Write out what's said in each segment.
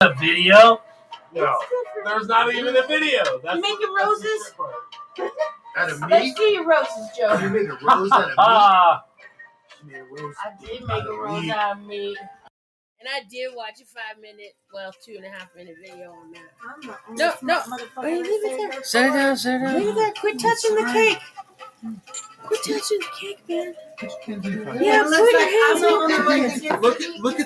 a video. No, there's not even a video. That's You making roses? Out of Let's meat? get your roses, You Joe. made a rose out of Ah, meat? You made a rose. I did make a rose out of me. And I did watch a five minute, well, two and a half minute video on that. No, no. Wait, leave it there. Sit down. sit Look at that! Quit touching the cake. Quit touching the cake, man. Yeah, put your hands on the Look, look I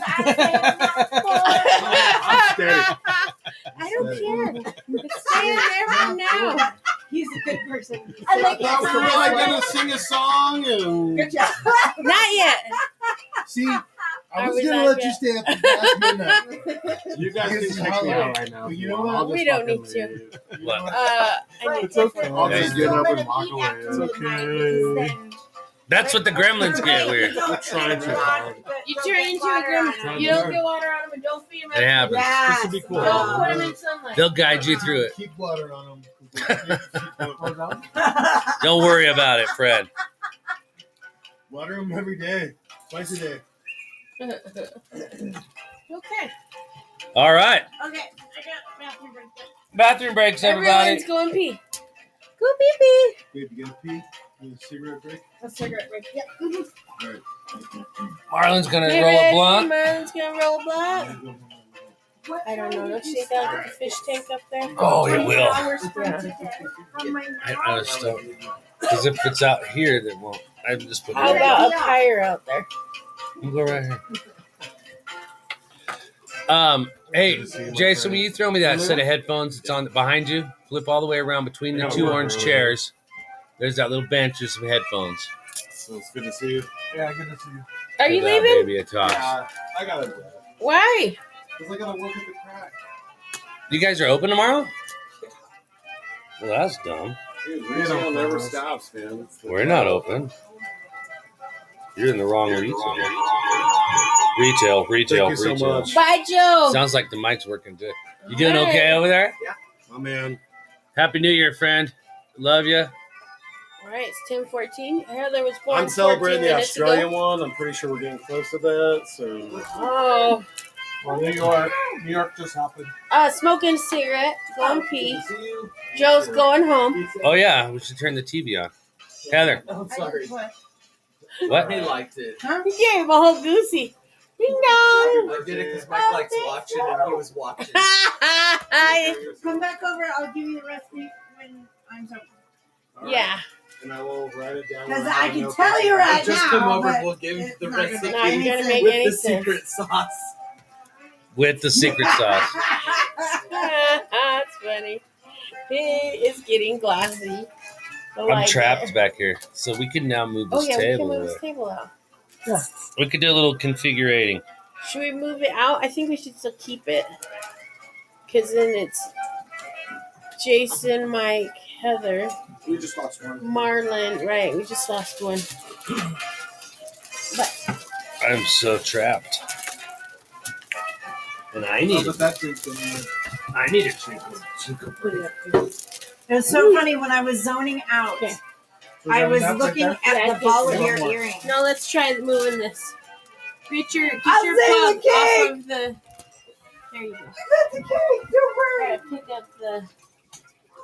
at don't care. It's staying there right now. He's a good person. I like Now, that. we're probably gonna sing a song. And... Good job. Not yet. See, I Are was we gonna not let you yet? stay up until past midnight. You guys This can is check me hollow. out right now. if You want. know what? I'll just We don't fucking need to. leave. You know what? Uh, I need Right, to. different. I'll Yeah, just you get up don't and walk away. It's It's okay. That's what the gremlins get weird. We're trying to. You turn into a grandma. You don't get water out of them, don't feed them. It happens. This would be Oh, cool. Don't put them in sunlight. They'll guide you through it. Keep water on them. Don't worry about it, Fred. water them every day, twice a day. Okay. All right. Okay. I got bathroom break. Bathroom breaks, everybody. Everyone's going pee. Go pee pee. Wait, you gotta pee? You want a cigarette break? A cigarette break. Yep. Mm-hmm. Marlon's going to roll a blunt. Mine's gonna roll a blunt. I don't know. Don't shake out the fish tank up there. Oh, it will. I, I, I was still. Because if it's out here, that won't. I just put it How right there. about up higher out there? You Go right here. Um. Hey, Jason, will you throw me that set of headphones? It's on behind you. Flip all the way around between the two orange chairs. There's that little bench with some headphones. So it's good to see you. Yeah, good to see you. Are you Good job, leaving? Baby, it talks. I gotta do that. Why? Because I gotta work at the crack. You guys are open tomorrow? Well, that's dumb. Dude, retail never stops, man. It's the We're not open. You're in the wrong retail. Retail, retail, Thank you so retail. much. Bye, Joe. Sounds like the mic's working good. You doing okay over there? My man. Happy New Year, friend. Love you. All right, it's ten fourteen. Heather was born. I'm celebrating 14 the minutes Australian ago. one. I'm pretty sure we're getting close to that. So Oh, Well, New York. New York just happened. uh, smoking a cigarette, going pee. Joe's going home. Oh yeah, we should turn the TV on. Heather, I'm sorry. what? He liked it. He gave him a whole goosey. Ding dong. I did it because Oh, Mike likes watching and he was watching. Come back over. I'll give you the recipe when I'm done. All right. yeah. And I will write it down. Because when I have can no tell you right just now. come over but and we'll give you it's the not gonna recipe make Not any gonna sense. make with any the sense. secret sauce. With the secret sauce. That's funny. He is getting glassy. I I'm like trapped it. back here, so we can now move Oh this yeah, we can table. move this over. table out. We could do a little configurating. Should we move it out? I think we should still keep it. Because then it's Jason, Mike, Heather, We just lost one. Marlon. Right, we just lost one. I'm so trapped. And I Oh, need but that drink's in there. I need a drink. It was so funny when I was zoning out. Okay. I was That's looking like Yeah, I at the think ball of so. your earring. Now let's try moving this. Get your, get I'll your save plug the cake! off of the. There you go. That's okay. Don't worry. Try to pick up the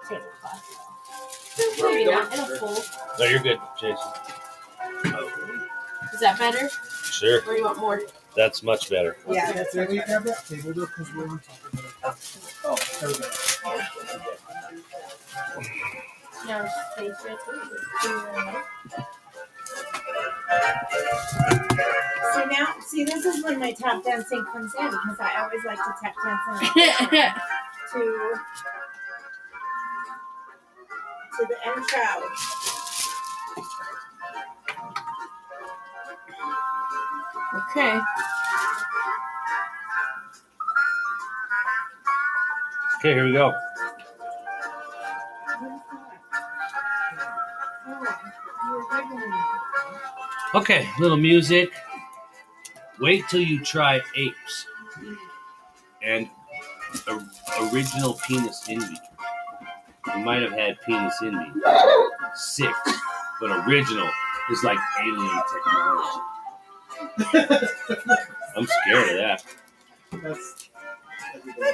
tablecloth. Maybe not. It'll fold. No, you're good, Jason. Is that better? Sure, Or you want more? that's much better. Yeah. That's why we have that table though, because we were talking about it. Oh, there we go. Yeah, space right there. So now, see, this is when my tap dancing comes in because I always like to tap dance in to to the M crowd. okay. Okay, here we go. Okay, little music. Wait till you try apes and o- original penis envy. You might have had penis envy. Six, but original is like alien technology. I'm scared of that. That's, everybody. You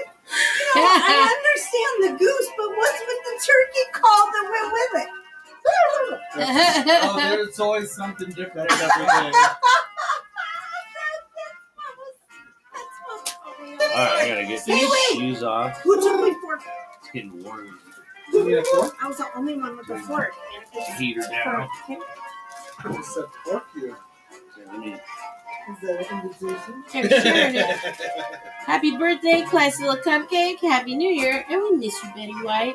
know, I understand the goose, but what's with the turkey call that went with it? Oh, there's always something different every day. All right, I gotta get these shoes off. Who took my fork? It's getting warm. You need a fork? I was the only one with the fork. Get the heater down. Except fuck you. Yeah, Let me Is that a conversation? I'm sure it is. Happy birthday, classy little cupcake. Happy New Year. And we miss you, Betty White.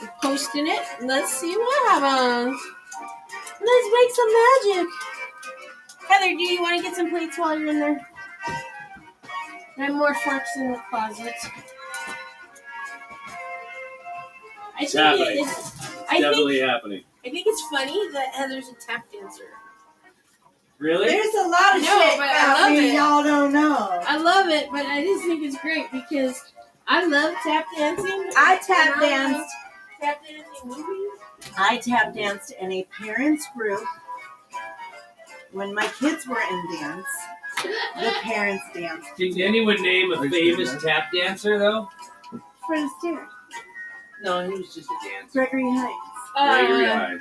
We're posting it. Let's see what happens. Let's make some magic. Heather, do you want to get some plates while you're in there? I have more forks in the closet. I It's think, it happening. is, I, think, Definitely happening. I think it's funny that Heather's a tap dancer. Really? There's a lot of No, shit but I about love me it. y'all don't know. I love it, but I just think it's great because I love tap dancing. I And tap love danced. Tap dancing movies. I tap danced in a parents group when my kids were in dance. The parents danced. Can anyone name Are a you famous doing tap dancer though? Fred Astaire, No, he was just a dancer. Gregory Hines. Gregory Uh, Hines.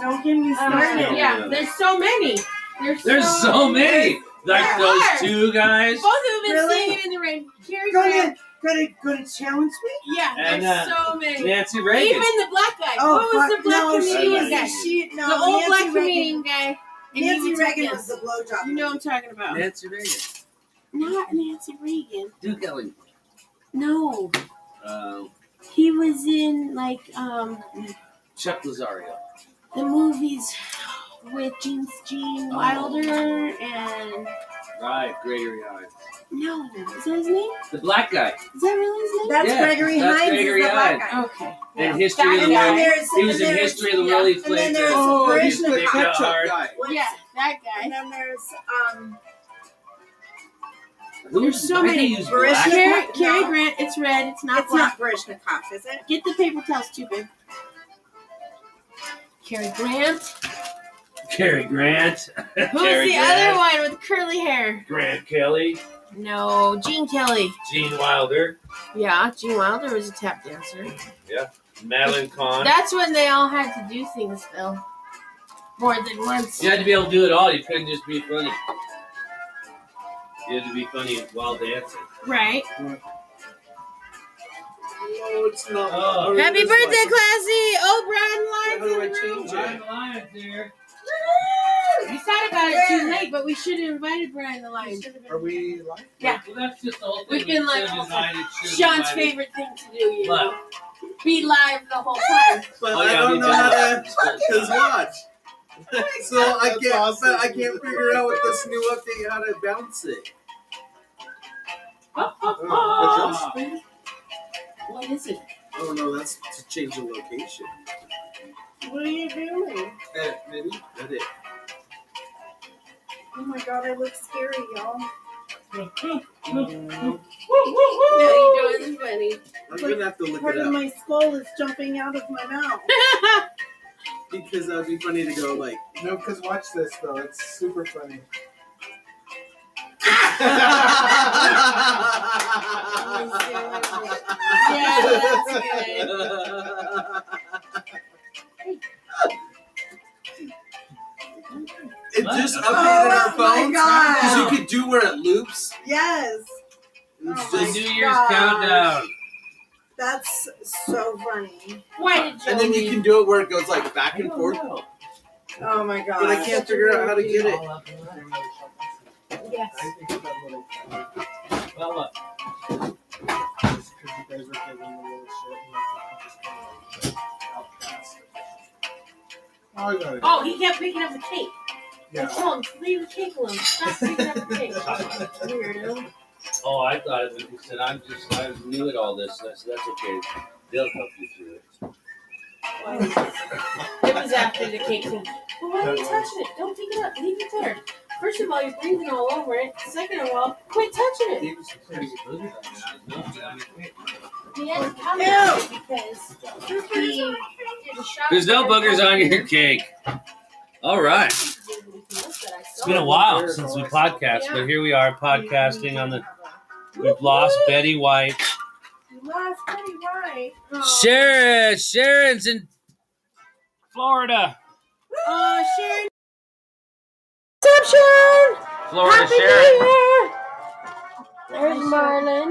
Don't get me um, started. yeah, there's so many. There's, There's so many. Like There those are. two guys. Both of them Really? singing in the rain. Carrie Go Grant. to, go to, go to challenge me. Yeah, And, there's uh, so many. Nancy Even Reagan. the black guy. Oh, what was fuck, the black no, she comedian was guy? that she, no, the old Nancy black Reagan- comedian guy. And he Nancy was Reagan tap was the dancing. blowjob. You know what I'm talking about. Nancy Reagan. Not Nancy Reagan. Duke Ellington. No, Uh, he was in like um Chuck Lazario. the movies with Gene, Gene Wilder and Right, Gregory Hines. no, is that his name? The black guy. Is that really his name? That's Yeah, Gregory that's Hines. Gregory is the black Hines. guy. okay. And History of That the guy. World. there's, He was and in there's- History of the yeah. World. He And played then there's the Oh, the you original big hot ketchup hard. guy. what's- Yeah, that And guy. then there's um Who's so I think many he was Barishka. black. Carrie, No. Carrie Grant, it's red, it's not it's black. not Barishnikov, is it? Get the paper towels too, babe. Carrie Grant. Cary Grant. Who was the other one with curly hair? Grant Kelly. No, Gene Kelly. Gene Wilder. Yeah, Gene Wilder was a tap dancer. Madeline Kahn. That's when they all had to do things though. More than once. You had to be able to do it all. You couldn't just be funny. You had to be funny while dancing. Right. No, it's not. Oh. Or Happy it's birthday, like- Classy! How do I O'Brien Lyons. change it? Lions there. We thought about it too late, but we should have invited Brian the Lion. Are we live? Yeah. Well, that's just the whole We've thing been with like- Seven Night at Sugar Sean's Night. favorite thing to do, you What? know. Be live the whole time. But Oh, I yeah, don't we know did how that. to his watch. so I can't. But I can't figure out with this new update how to bounce it. Oh. What is it? Oh no, that's to change the location. What are you doing? Eh, maybe that it. Oh my god, I look scary, y'all. No, you don't. It's I'm gonna have to look Part it of up my skull is jumping out of my mouth. funny. because that would be funny to go like. No, because watch this though. It's super funny. yeah, that's good. It just updated Oh our my phones God. because you could do where it loops. Yes, It's Oh The my just, New Year's gosh. countdown. that's so funny. Why did you? and then you can do it where it goes like back and forth. Oh my god. But I can't figure out how to get it. Yes. I think it's that little Well, what? because you guys were giving the little shit and I think you just kinda, like, outcast it. Oh, I got it. Oh, he kept picking up the cake. I Yeah. told him, leave the cake alone. Stop picking up the cake. Weirdo. Oh, I thought it was. He said, "I'm just. I was new at all this. That's that's okay. They'll help you through it." It was after the cake thing. But why are you touching it? Don't pick it up. Leave it there. First of all, you're breathing all over it. Second of all, quit touching it. He was a crazy loser. I mean, I He was dumb, but I mean, had to come Ew. out because he did a shot. Uh. There's no boogers on your cake. All right. anything else that I saw. It's been a while since we podcast, but here we are podcasting on the. We've lost Betty White. You lost Betty White. Sharon, Sharon's in Florida. Oh, Sharon. Florida Sharon. There's Marlon.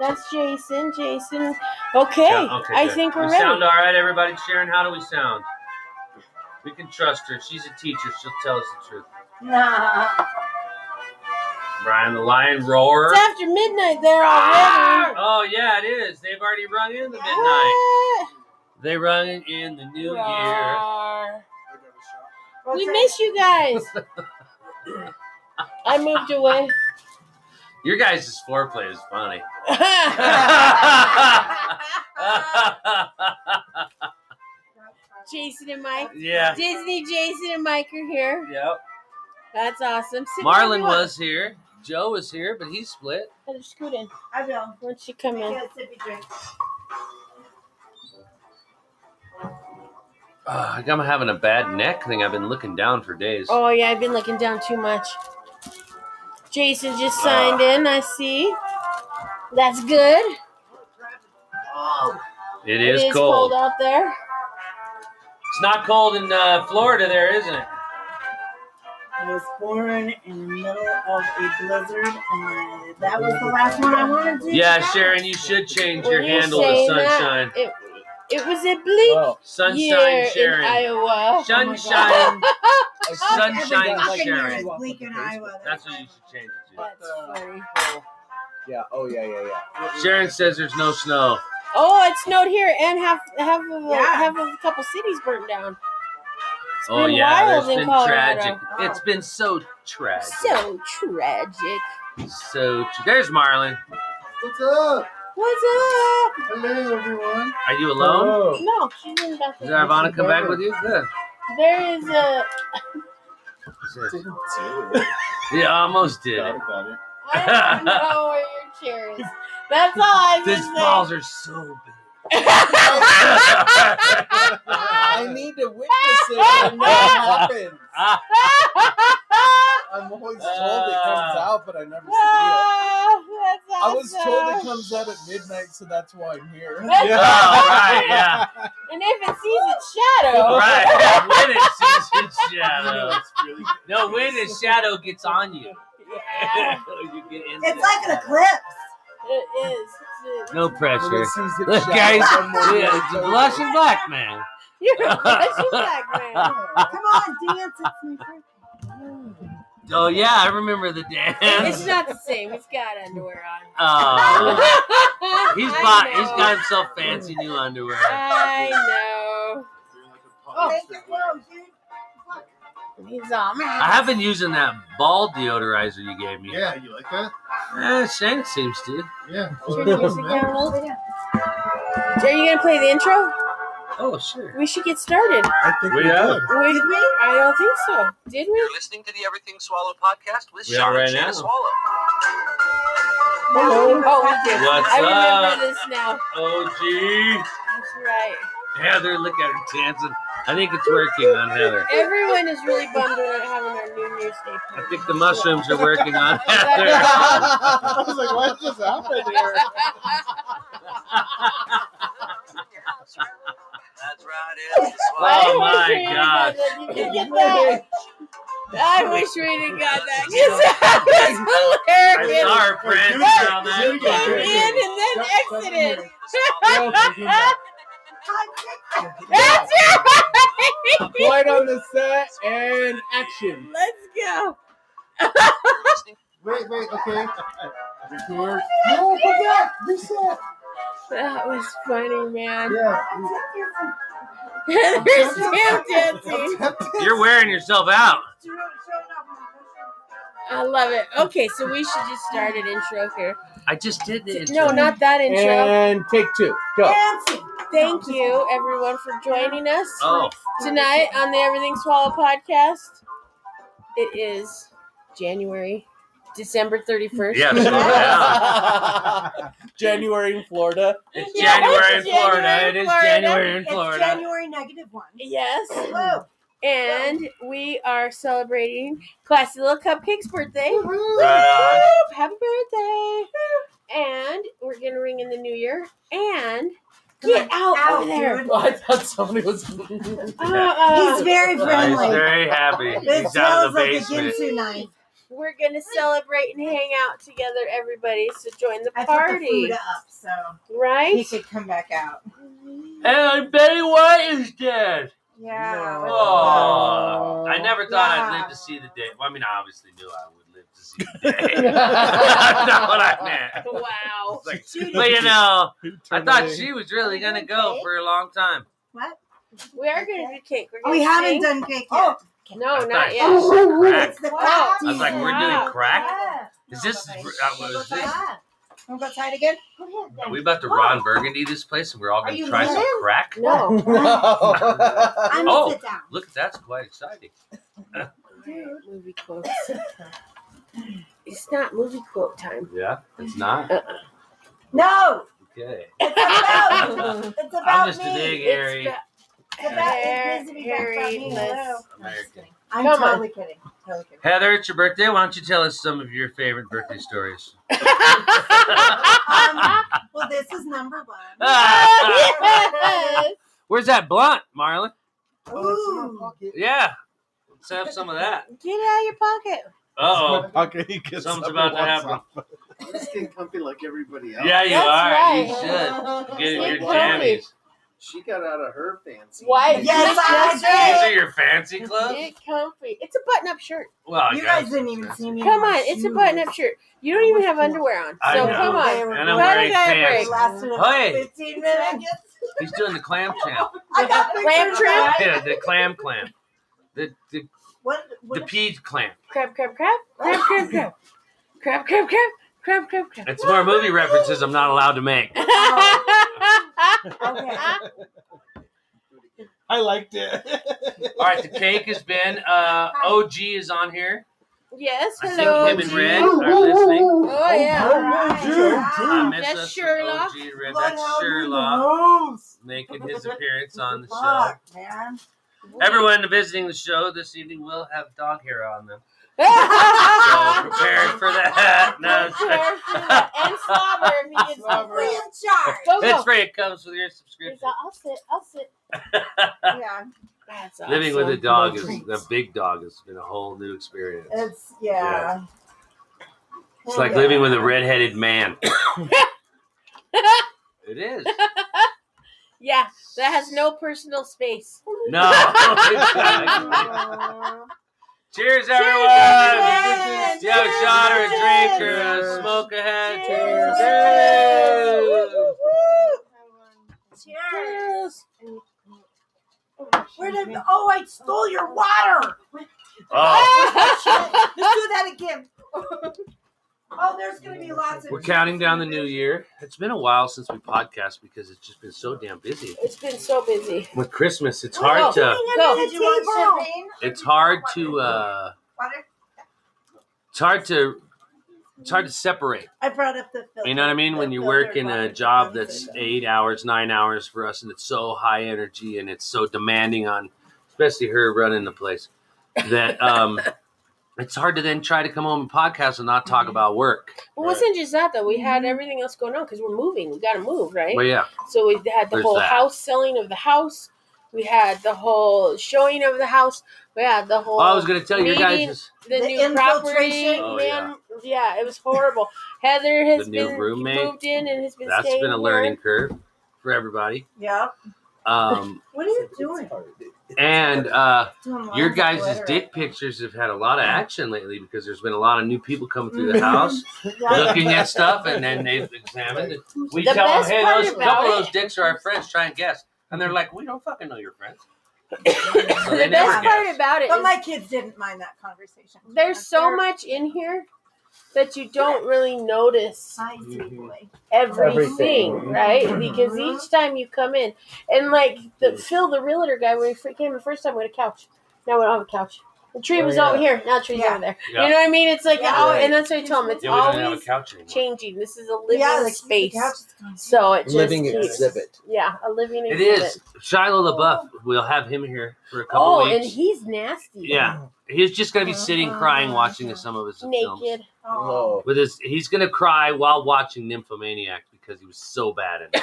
That's Jason. Jason. Okay. Yeah, okay, I good. think we're we ready. sound all right, everybody. Sharon, how do we sound? We can trust her. She's a teacher. She'll tell us the truth. Nah. Brian the Lion Roar. It's after midnight there already. Oh yeah, it is. They've already rung in the midnight. What? They rung it in the new year. Roar. I got a shot. We miss you guys. I moved away. Your guys' foreplay is funny. Jason and Mike. yeah. Disney, Jason, and Mike are here. Yep. That's awesome. Sit wherever Marlon you want. was here. Joe was here, but he split. Better scoot in. I will. Why don't you come in? Get a sippy drink. Uh, I'm having a bad neck thing. I've been looking down for days. Oh yeah, I've been looking down too much. Jason Uh. just signed in. I see. That's good. Oh. it is, cold. cold. out there. It's not cold in uh, Florida, there, isn't it? I was born in the middle of a blizzard, and that was the last one I wanted to. Yeah, do. Sharon, you should change Were your you handle to saying sunshine. It, it was a bleak Sunshine year in Sharon. Iowa. Oh Sunshine. Oh Every sunshine fucking year Sharon. is bleak in Iowa. That's what you should change it to. That's funny. Yeah. Oh yeah, yeah, yeah. Sharon says there's no snow. Oh, it snowed here, and half half of a, Yeah. half of a couple cities burnt down. It's oh been yeah, wild there's in been Colorado. Oh. tragic. It's been so tragic. So tragic. So tr- there's Marlon. What's up? What's Hello, everyone. Are you alone? up? No, she's in the bathroom. Did Oh. Ivana come back with you? Good. There is a. Yeah, almost did. it. about it. I don't know where your chair is. That's all I can These say. balls are so big. I need to witness it. I know it happens. Ah, I'm always told it comes out, but I never see Ah. it. Oh, ah, that's I was told it awesome. comes out at midnight, so that's why I'm here. That's Oh, right, yeah, And if it sees its shadow. right. When it sees its shadow. it's really No, when its shadow gets on you. Yeah, you get into It's it. like an eclipse. it is. It's a- no When pressure. it sees its Look, shadow, guys, one more yeah, night, it's a it's over. blushing black man. You're a blushing black man. Come on, dance. It's my birthday. Oh yeah, I remember the It's dance. not the same. It's got underwear on. Oh, he's I bought. know. He's got himself fancy new underwear. I know. Oh. Make it low, dude. Fuck. He's all I have been using that ball deodorizer you gave me. Yeah, you like that? Eh, Shane seems to. Yeah. Turn the music down a little. Sit down. Are you gonna play the intro? Oh sure. We should get started. I think We we are. are. Wait, I don't think so. Did we? listening to the Everything Swallow podcast with We are Sean right and now. Shanna Swallow. Hello. Oh, we did. What's I remember up? this now. OG. That's right. Heather, look at her dancing. I think it's working on Heather. Everyone is really bummed we're not having our New Year's Day I party. think the mushrooms are working on Heather. I was like, why did this happen here? That's right, it's the Swallow. I wish Oh my we had got that. Did you get that? I wish we had got that. 'cause that I saw was hilarious. her friends Hey, down She came that. in and then exited. That's That's right. Light on the set and action. Let's go. Wait, wait, okay. Record. No, go back. Reset. That was funny, man. Yeah. There's Tim dancing. You're wearing yourself out. I love it. Okay, so we should just start an intro here. I just did the intro. No, not that intro. And take two. Go. Dancing. Thank you, everyone, for joining us. Oh, tonight on the Everything Swallow podcast. It is January, December 31st. yeah, slow down. January in Florida. It's Yeah, January in it's January Florida. in It is Florida. January in It's Florida. January negative one. Yes. Whoa. and we are celebrating Classy Little Cupcake's birthday. Right Woo! Happy birthday! And we're gonna ring in the new year. And get out, over there. I thought somebody was. Uh, He's very He's friendly. very happy. It He's down in smells the like a basement. Ginsu knife. we're gonna celebrate and hang out together, everybody. So join the I put the party, food up, so he right? could come back out. And Betty White is dead. Yeah. No. Oh, I never thought I'd Yeah. live to see the day. Well, I mean, I obviously knew I would live to see the day. That's not what I meant. Wow. It's Like, but you know, I thought she was really Turn gonna it go away. for a long time. What? We are gonna do cake. We're Oh, gonna we haven't sing. done Oh. cake yet. Oh. No, I not thought she yet. was crack. It's the Wow. I was like, we're Wow. doing crack. Yeah. Is this? No, is- uh, Go was outside. this- Wanna go outside again? Go ahead, Are then. we about to Ron Burgundy this place, and we're all Are gonna you try some leaving? crack? No. No. I'm gonna Oh. sit down. Look, that's quite exciting. Movie quotes. It's not movie quote time. Yeah, it's not No! okay. It's about It's about I'm just me. a big, It's hairy the- It's about Hair- it needs to be back hairy, about me. let's- Hello. American. I'm Come on. totally kidding. Totally kidding. Heather, it's your birthday. Why don't you tell us some of your favorite birthday stories? Um, well, this is number one. yes. Where's that blunt, Marlon? Ooh. Yeah, let's have some of that. Get it out of your pocket. Uh Okay, oh, something's about to happen. I'm just getting comfy like everybody else. Yeah, you That's are. right. You should get in Stay your comfy. jammies. She got out of her fancy. Why? Yes, I These are did. your fancy clothes. Get comfy. It's a button-up shirt. Well, I You guess. guys didn't even see me. in Come my on, it's a shoes. button-up shirt. You don't even have underwear on. I So know. come on. And I'm Why wearing did I It pants. lasted about Hey. 15 minutes. He's doing the clam champ. I got Clam pictures of trim? that. Yeah, the clam clam. The the What? the what peach clam. Crab, crab, crab. Crab, crab, crab. Crab, crab, crab. Crab, crab, crab. It's more movie references I'm not allowed to make. okay. I liked it. All right, the cake has been. Uh, OG is on here. yes, I hello. think him and G. Red are listening. Oh, yeah. I Wow. miss That's us with Sherlock. OG and Red. Blood That's out in the Sherlock nose. making his appearance on the show. Fuck, man. Everyone visiting the show this evening will have dog hair on them. So Prepare prepare for that. No, it's- for that. And slobber if he gets We in charge. Go, go. it's free. It comes with your He's subscription. like, I'll sit. I'll sit. Yeah. That's Living with a awesome. dog is treats. the big dog has been a whole new experience. It's, It's, yeah. like living with a redheaded man. it is. Yeah, that has no personal space. No. Exactly. Cheers, everyone. everyone. Yo, shot or a drink or a Cheers. smoke ahead. Cheers. Cheers. Cheers. Where did, oh, I stole your water. Oh, Let's do that again. Oh, there's going to be lots of. we're counting down the new year. It's been a while since we podcast because it's just been so damn busy. It's been so busy. With Christmas, it's What hard about to Go. Did you want champagne? uh, it's hard to uh Water? it's hard to it's hard to separate. I brought up the filter. You know what I mean? When you The work filter in a water. job that's eight hours, nine hours for us, and it's so high energy and it's so demanding on, especially her running the place, that um, it's hard to then try to come home and podcast and not Mm-hmm. talk about work. Well, it wasn't just that though. We Mm-hmm. had everything else going on because we're moving. We got to move, right? Well, yeah, So we had the There's whole that. house selling of the house. We had the whole showing of the house. We had the whole. well, Oh, I was going to tell you guys meeting, is the, The new property. infiltration. Oh, man, yeah. it was horrible. Heather has The new been roommate. moved in and has been that's staying been a here. learning curve for everybody. Yeah. Um, What are you doing? and uh, Doing your lines guys' of glitter. dick pictures have had a lot of action lately because there's been a lot of new people coming through the Mm-hmm. house. Yeah. looking at stuff and then they've examined it. We The tell them, best hey, part those, a about couple of it- those dicks are our friends, try and guess. And they're like, we don't fucking know your friends. So they never the best part guess. about it But is my kids didn't mind that conversation. there's so They're much in here that you don't really notice Spicy boy. everything, Everything. Mm-hmm. right? Because each time you come in, and like the Phil, the realtor guy, when we fir- came the first time, we had a couch. Now we don't have a couch. The tree was Oh, yeah. over here. Now the tree's Yeah. over there. Yeah. You know what I mean? It's like, Yeah. oh, and that's what I told him. It's Yeah, we don't have a always couch anymore. changing. This is a living space. So So it just Living keeps- exhibit. Yeah, a living It exhibit. is Shia LaBeouf. We'll have him here for a couple Oh, weeks. and he's nasty. yeah, he's just gonna be sitting crying watching some of his films. Naked. oh, With his, he's gonna cry while watching Nymphomaniac because he was so bad in it.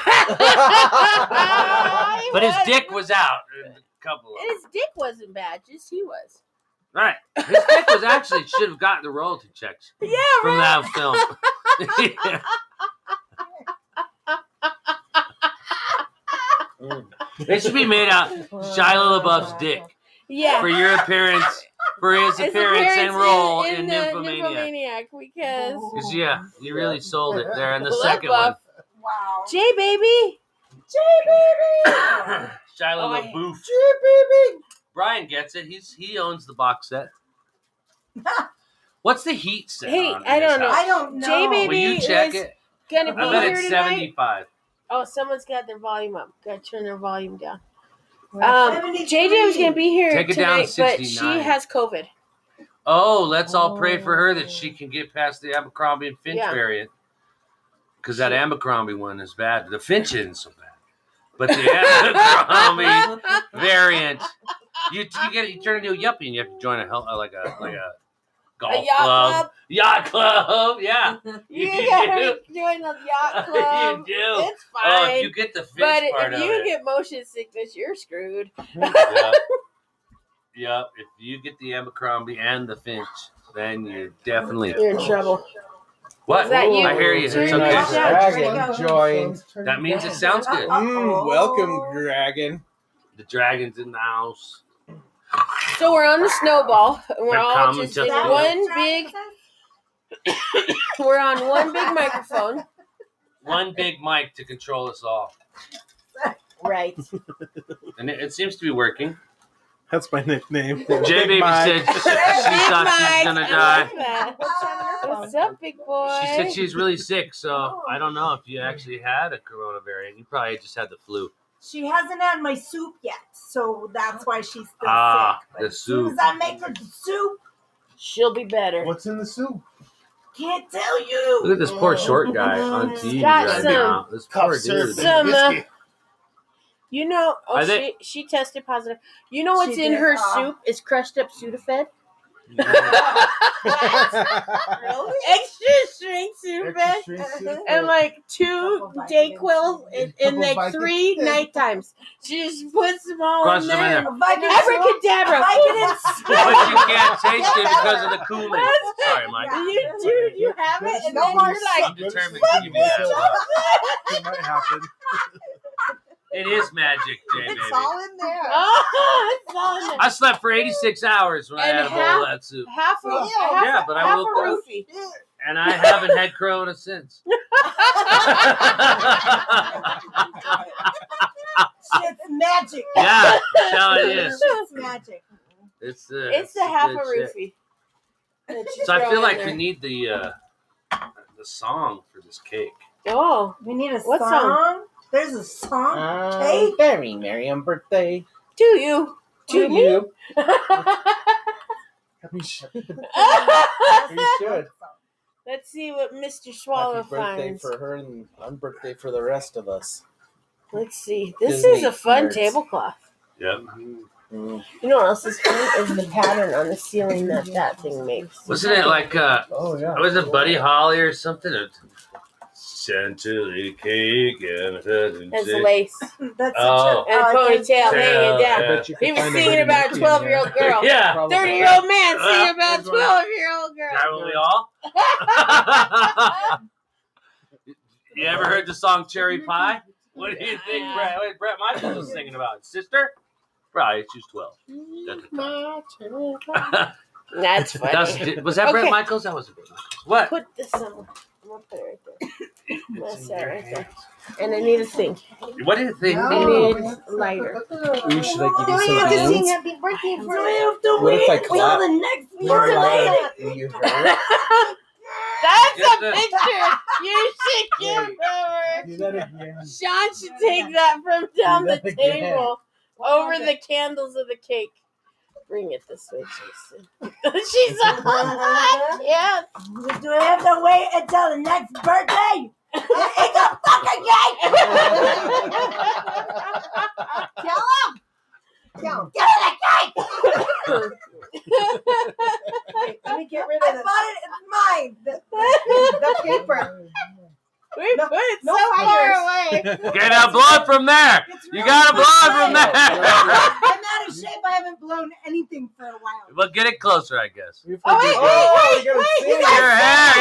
He But his was. dick was out. in A couple. Of And his dick wasn't bad, just he was. Right. His dick was actually should have gotten the royalty checks Yeah, from right. that film. Yeah. They should be made out Shia LaBeouf's dick Yeah. for your appearance, for his His appearance and role in, the Nymphomania. Nymphomaniac because Yeah, you really sold it there in the Love second one. Buff. wow. Jay baby. Shia I- LaBeouf. Brian gets it. He's he owns the box set. What's the heat set? Hey, on in I his don't know. house? I don't know. Jay Will Baby- you Maybe check it was- it? Gonna I be bet here it's tonight. seventy-five. Oh, someone's got their volume up. Gotta turn their volume down. Um, 73. JJ was gonna be here Take it down to tonight, but she 69. has COVID. Oh, let's all pray for her that she can get past the Abercrombie and Finch Oh. Yeah. variant. Because that Abercrombie one is bad. The Finch isn't so bad. But the Abercrombie variant, you, you get you turn into a yuppie and you have to join a hel- uh, like a like a golf yacht club. club? yacht club. Yeah, You, You gotta be doing the yacht club. you do. It's Oh, fine. if you get the Finch but part if of you it. get motion sickness, you're screwed. yeah. yeah, if you get the Abercrombie and the Finch, then you're definitely You're in trouble. what? Is that you? I hear you. It's Turn it okay. off. Dragon joined. That means it sounds good. Mm, welcome, dragon. The dragons in the house. So we're on the snowball. and We're They're all common just to in the- one big. We're on one big microphone. One big mic to control us all, Right. and it, it seems to be working. That's my nickname. J baby said she, she thought she was gonna die. What's up, big boy? She said she's really sick, so I don't know if you actually had a corona variant. You probably just had the flu. She hasn't had my soup yet, so that's why she's still Ah, sick. But the as soon soup. as I make her the soup, She'll be better. What's in the soup? can't tell you. Look at this poor short guy on TV Oh, Got right some now. This poor Cough dude. syrup and Some, uh, whiskey. You know, oh, Are she, they- she tested positive. You know what's She in did, her uh, soup is crushed up Sudafed. Really? Extra strength Sudafed. Extra strength soup. And like two Couple vitamins. Dayquil and, and Couple like three vitamins. night times. She just puts them all Crushed in them in there. there. A Vicodin soup? A Abracadabra. Vicodin soup. but you can't taste it because of the Kool Aid. Sorry, Mike. You, dude, you have it, and No then more you're like, I'm determined to give you that. It might happen. It is magic, J baby. It's all in there. oh, it's all in there. I slept for 86 hours when And I had a bowl half- of that soup, Half a, Yeah, half, yeah, but I half woke a up. roofie. and I haven't had Corona since. It's magic. yeah, that's how it is. It's magic. It's the It's the half a good shit. roofie. that you So I throw feel in like we there. need the uh, the song for this cake. Oh, We need a What song. song? There's a song. Um, very merry on birthday do you? to Do me? you. We should. You should. Let's see what Mr. Swallow Happy birthday finds. for her and on birthday for the rest of us. Let's see. This Disney is a fun nerds. tablecloth. Yep. Mm. You know what else is fun is the pattern on the ceiling that that thing makes. Wasn't it like uh, Oh yeah. was it Buddy Holly or something? It- Chantilly cake and As lace That's Oh. and such a a uh, ponytail hanging Yeah. down. bet you could He was find singing hidden about a key in 12 year old girl. Yeah. Probably. 30 year old man singing about a There's one. 12 year old girl. Aren't we all? you ever heard the song Cherry Pie? What do you think Yeah. Brett, what Brett Michaels was singing about? Sister? Probably she's 12. That's That's- funny. was that Brett Okay. Michaels? That was Brett Michaels. What? Put this on. I'm gonna put it right there. I'm gonna It's in set it your right there. hands. And I need a thing. What do you think? I need a lighter. Ooh, should I give you we some have to sing beans? happy birthday for you. Do What if I clap? the next You later. lied. You heard? That's Get a the- picture. You should give Wait. over. Do that again. Sean should take that from down the that again. table over the candles of the cake. Bring it this way, Jason. She's like, "Oh, I can't. Do we have to wait until the next birthday? it's a fucking cake! Tell him! Tell him. Give me the cake! Let me get rid of this. I bought it. It's mine. The, the paper. We put it no so far fingers. away. Get a blood from there. You got a blood from there. I'm out of shape. I haven't blown anything for a while. well, get it closer, I guess. Oh, wait, Oh, wait, you wait, gotta wait.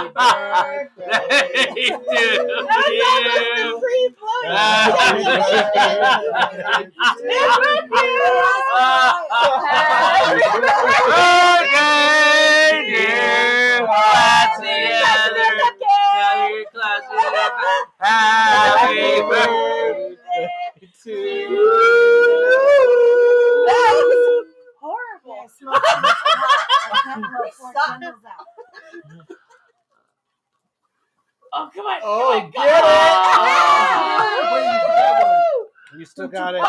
see You it. got Your hair, yeah. Oh, That was almost a free flow. Birthday, dear Classy Heather. Happy Classy Heather. Happy birthday. horrible. I Oh, come Ah! on. Oh, get it! Oh. Wait, you still got it. will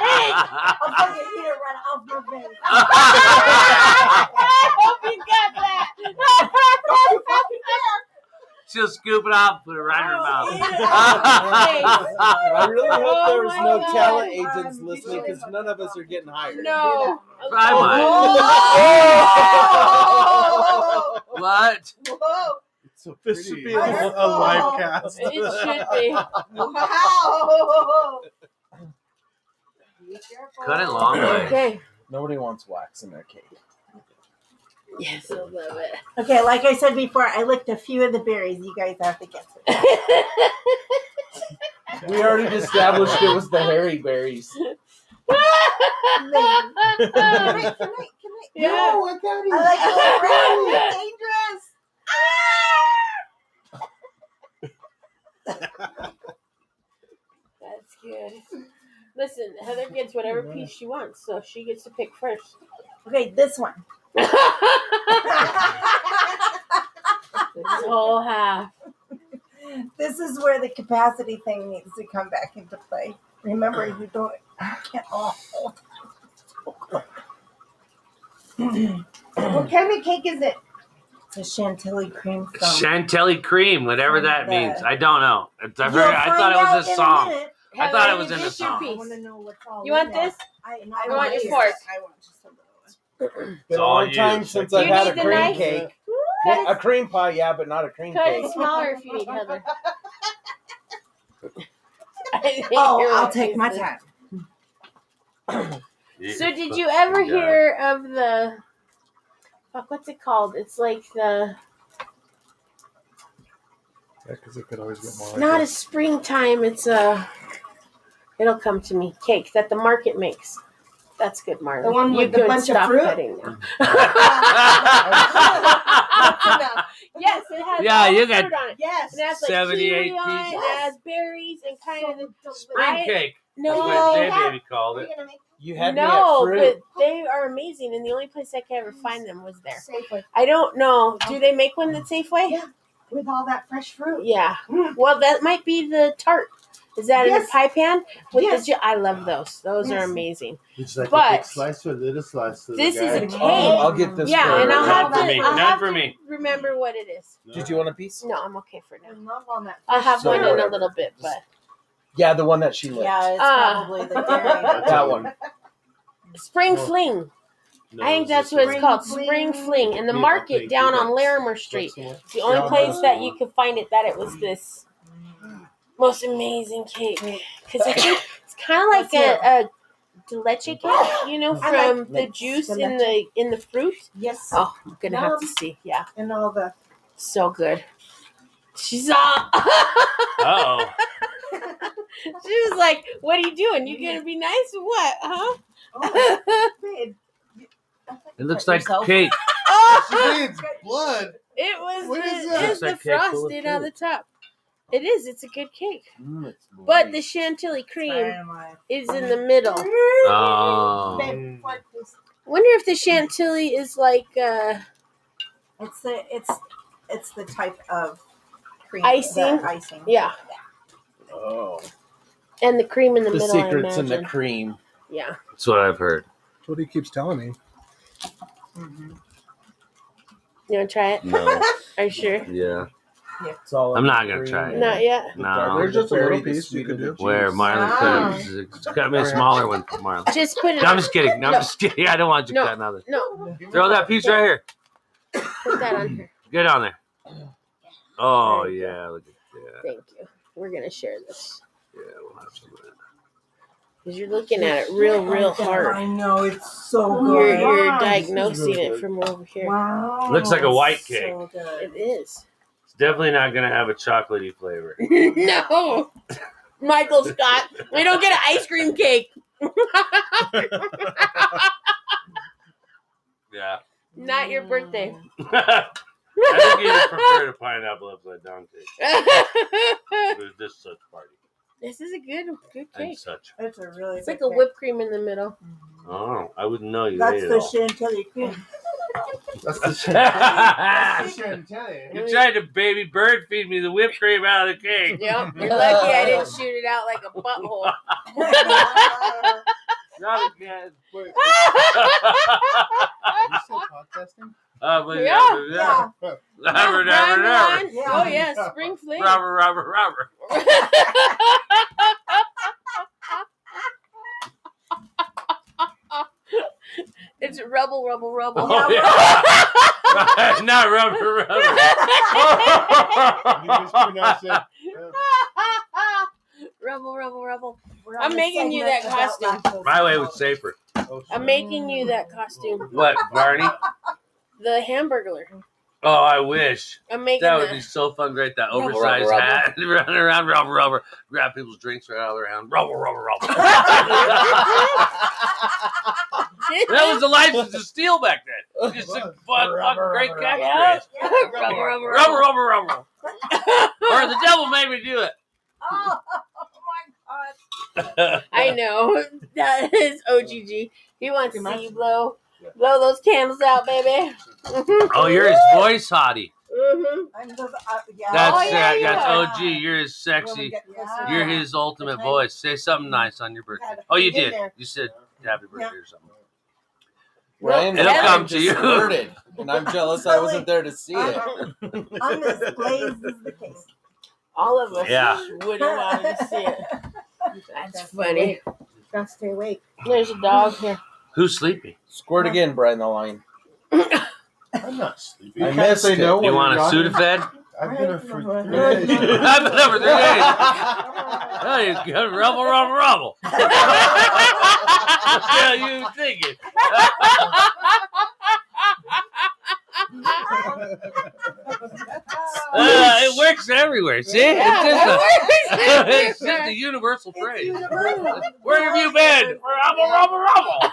fucking eat it right off my face. I hope you got that. She'll scoop it out, put it right in her mouth. I really hope Oh there was my no God. talent agents listening because none of us are getting hired. No. Try Oh! What? Whoa! This should be a- a live cast. It should be. Wow! Be careful. Cut it long way. Okay. Nobody wants wax in their cake. Yes, I love it. Okay, like I said before, I licked a few of the berries. You guys have to guess it. We already established it was the hairy berries. Can I? Can I? Can I? Oh, Yeah. Oh, I got I like the berries. It's dangerous. That's good. Listen, Heather gets whatever piece she wants, so she gets to pick first. Okay, this one. This whole half. this is where the capacity thing needs to come back into play. Remember, you don't you can't. Oh, what kind of cake is it? It's a chantilly cream scone. Chantilly cream, whatever that means. I don't know. It's- I've heard, I thought it was a song. I thought it was in the this your song. piece. I want to know what's all You in want there. this? I, and I want your this. fork. I want just a little. Been a all long you. time since You I've had need a the cream knife? cake. Cut Well, a it, cream pie, yeah, but not a cream cut cake. it smaller if you need, Heather. Oh, I'll take my time. So did you ever Yeah. hear of the fuck what's it called? It's like the because it could always get more. it's not a springtime, it's a it'll come to me. Cake that the market makes. That's good, Marla. The one with you the good, bunch of stop fruit? Cutting now. yeah, yes, it has Yeah, all you fruit got- on it. Yes. And that's like 78 kiwi on it, pieces. it has berries and kind of the spring I- cake. That's what no, they baby called it. You had no, me at but fruit. they are amazing, and the only place I could ever find them was there. I don't know. Do they make one at Safeway? Yeah. with all that fresh fruit. Yeah. Mm. Well, that might be the tart. Is that in Yes. a pie pan? With Yes. the, ju- I love those. Those Yes. are amazing. It's like But- a big slice or a little slice. to the This is guy. a cake. Oh, I'll get this. yeah, for and I'll her. have Not for to. me. I'll Not have for to me. remember what it is. Did you want a piece? No, I'm okay for I now. love all that. I'll have So one in a whatever. little bit, but Yeah, the one that she licked. Yeah, it's Ah. probably the dairy. That one. spring Oh. fling. No, I think this that's what is- it's called, Spring spring fling. fling, in the Yeah, market thank down you. on Larimer Street. The only Yeah, place that that's you cool. could find it that it was this most amazing cake because I think it's kind of like a, a de leche cake, you know, I like from the mixed juice de in the in the fruit. Yes, Oh, I'm gonna have to see. Yeah, and all the. so good. She's all. Oh, she was like, "What are you doing? You gonna be nice or what? Huh?" Oh, babe. it looks like cake. Oh, It's blood. it was. What is the, that? it was Looks the like cake full of frosting on the fruit. top. It is. It's a good cake, Mm, it's blood. but the chantilly cream Where am I? is in the middle. Oh, Babe, fork this. Wonder if the chantilly is like uh, It's the it's it's the type of cream. Icing? the icing. yeah. oh, And the cream in the, middle. I secret's in the imagine. cream. yeah. That's what I've heard. That's what he keeps telling me. Mm-hmm. You want to try it? No. Are you sure? Yeah. It's all I'm in not the gonna cream. try it. Not yet. No. There's just a little Very piece you sweet could do. of the Where juice. Marlon Wow. could have got me a smaller one for Marlon. Just put it. No, I'm just kidding. No, I'm No. just kidding. I don't want you No. cutting on this. No, Throw that piece right here. put that on her. Get on there. Oh There you yeah, look at that. Thank you. We're gonna share this Yeah, we'll have some of that. because you're looking at it real, real hard. I know it's so You're, good. you're Wow, this is diagnosing really it good. from over here. Wow, Looks like a white so cake. good. It is. It's definitely not gonna have a chocolatey flavor. no, Michael Scott, we don't get an ice cream cake. Yeah. Not your birthday. I think you would prefer a pineapple upside down cake. There's this such party this is a good, good and cake. such. It's a really. It's good like a cake. whipped cream in the middle. Oh, I wouldn't know you That's ate the it all. Chantilly cream. That's you Chantilly. tried to baby bird feed me the whipped cream out of the cake. Yep. You're lucky I didn't shoot it out like a butthole. Not again. Wait, uh, are you still podcasting? but yeah, Yeah, but yeah. yeah. Robert, Robert, Brian Robert. Ron. Oh yeah, spring fling. Robert, Robert, Robert. it's rubble, rubble, rubble. Oh, yeah. Not Robert, Robert. rubble, rubble, rubble. We're I'm on a making you segment that about costume. lactose My way was intolerance. safer. Oh, I'm making you that costume. What, Barney? The Hamburglar. Oh, I wish. I'm making That would be that. so fun, right? That Rubber, oversized rubber, hat, running around, rubber, rubber, grab people's drinks right out of their hand, rubber, rubber, rubber. that was the license to steal back then. Just a fuck, fuck, great catchphrase. rubble, rubber, Rubber, rubber, rubber. or the devil made me do Oh, oh my it. I know. That is OGG. He wants to Pretty see you blow, blow those candles out, baby. oh, you're his voice hottie. hmm god. I'm the, uh, yeah. That's Oh, yeah, uh, you that's are. OG. You're his sexy. Yeah. You're his ultimate Okay. voice. Say something nice on your birthday. Gotta Oh, you hang in did. there. You said happy birthday or something. Ryan, It'll I'm come to you. distorted, and I'm jealous I wasn't there to see it. I'm, I'm as glazed as the case. All of us Yeah. wouldn't want him to see it. That's funny. Gotta stay awake. There's a dog here. Who's sleepy? Squirt again, Brian the Lion. I'm not sleepy. I You can't missed say it. no You when You want a you're not- Sudafed? I've been up for Right. three days. I've been up for three days. That is good. Oh, Rubble, rubble, rubble. Uh, What the hell you thinking? Uh, it works everywhere. See? Yeah, it's, just that a, works. it's just a universal phrase. universal. Where have you been? Rubble, rubble, rubble.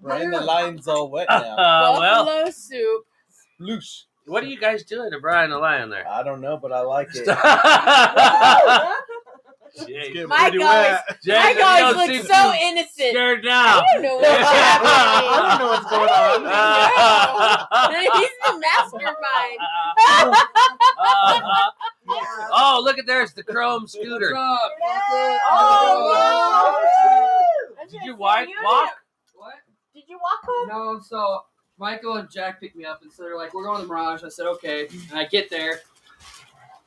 Brian the Lion's all wet now. Uh, well, Buffalo soup. Loose. what are you guys doing to Brian the Lion there? I don't know, but I like it. Jeez. Mike always, Pretty wet. Mike Jason, you always don't looks seem so too innocent. scared I now. don't know what's happening. I don't know what's going on. He's the mastermind. oh, look at there's the chrome scooter. Oh, Oh, Did your wife walk? What? Did you walk home? No, so Michael and Jack picked me up, and so they're like, "We're going to the Mirage." I said, "Okay," and I get there,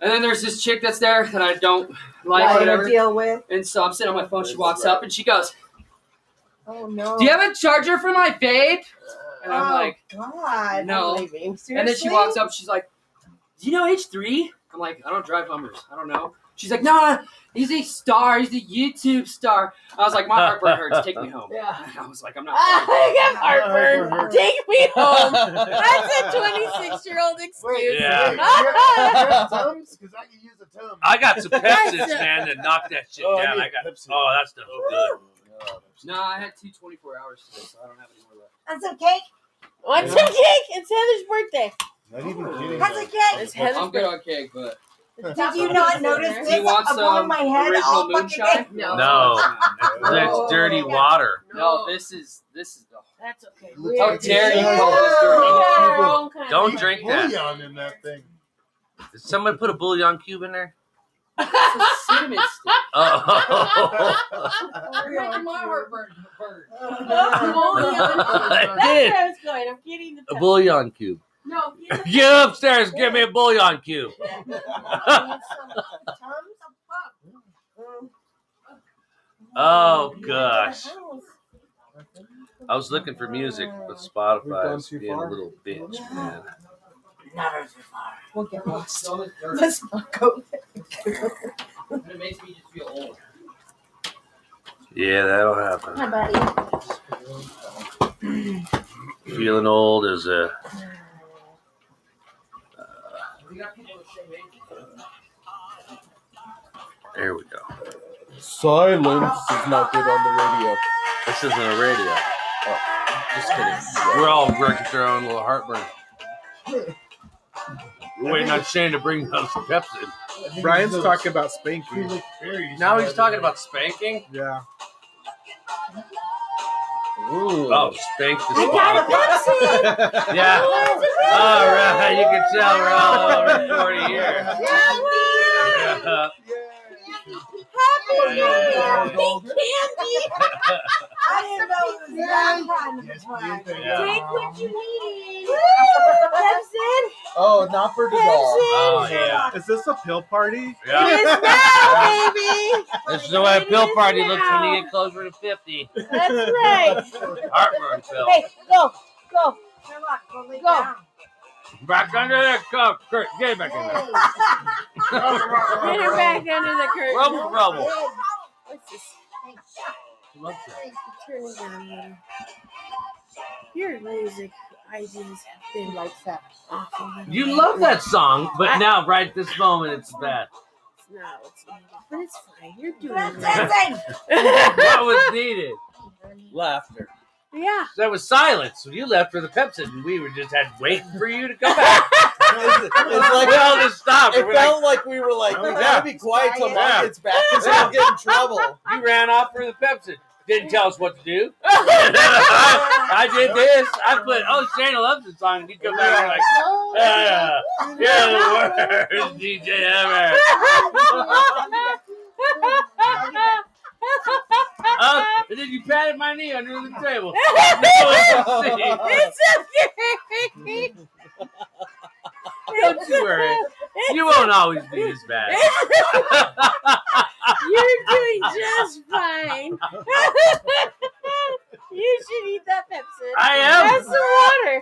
and then there's this chick that's there that I don't like, Why to whatever. deal with? And so I'm sitting on my phone. Oh, She walks up and she goes, Oh no. "Do you have a charger for my vape?" And I'm oh, like, God. "No." Leaving. And then she walks up. She's like, "Do you know H 3 I'm like, "I don't drive Hummers. I don't know." She's like, "No, he's a star. He's a YouTube star." I was like, "My heartburn hurts. Take me home." Yeah. I was like, "I'm not." I have heartburn. Heartburn. Take me home. That's a 26 year old excuse. Yeah. Tums? Because I can use a Tums. I got some Pepsis, man, that knocked that shit Oh, I down. need I got. Pepsi. Oh, that's stuff's good. No, I had two 24 hours today, so I don't have any more left. And some cake. What's a cake? It's Heather's birthday. Not even kidding. How's though. it get? It's Heather's I'm good on cake, but Did you not notice Do this you want above some my head all original fucking day? moonshine? No. No. No. Oh, That's dirty water. No, this is this is the. That's okay. Look How at dare the oh, you shit. call this We dirty? got our own kind Don't of- drink that. Bouillon in that thing. Did somebody put a bouillon cube in there? It's a cinnamon stick. Oh. Making my heartburn burn. I That's did. where I was going. I'm getting the A bullion cube. No, Get upstairs. Give me a bullion cube. oh gosh. I was looking for music, but Spotify is being a little bitch, man. Never too far. We'll get Oh, lost. Let's not go there. But it makes me just feel old. Yeah, that'll happen. Hi, buddy. Feeling old is a We got people to show me. there we go. Silence is not good on the radio. This isn't a radio. Oh, Just kidding. We're all wrecking our own little heartburn. We're waiting on Shane to bring us Pepsi. Brian's talking about spanking. Now he's talking about spanking. Yeah. Ooh. Oh, spank the I got Spotify. Yeah. All right, you can tell we're all over forty here. Oh, Yeah. Happy New Year, Yeah. pink candy. I didn't know it was that kind of flag. Yeah. Take what you need. That's it. Oh, not for the dog. Oh, yeah. Is this a pill party? Yeah. It is now, baby. This is the way a pill party looks when you get closer to fifty. That's right. Heartburn pill. Hey, go, go, Come on, go lay Go. down. Back under that cup, Kurt. Get back in there. get her back under the curtain. Rubble, rubble. What's this? Love that. Turn it down a little. Your music ideas have been like that awful. You love that song, but now, right this moment, it's bad. No, it's not. But it's fine. You're doing dancing. it. That was needed. Laughter. yeah. That was silence. So you left for the Pepsi, and we were just had waiting for you to come back. It's, it's like, like we all just stopped. it We're felt like we were like, Oh, we yeah. gotta be quiet till Yeah. mom gets back because I'll get in trouble. like, you ran off for the Pepsi. Didn't tell us what to do. I, I did this. I put, oh, Shana loves this song. And you come back and like, yeah, you're the worst DJ ever. Oh, and then you patted my knee under the table. No one can see. Don't it's okay. you worry. You won't always be as bad. You're doing just fine. you should eat that Pepsi. I am. That's the water.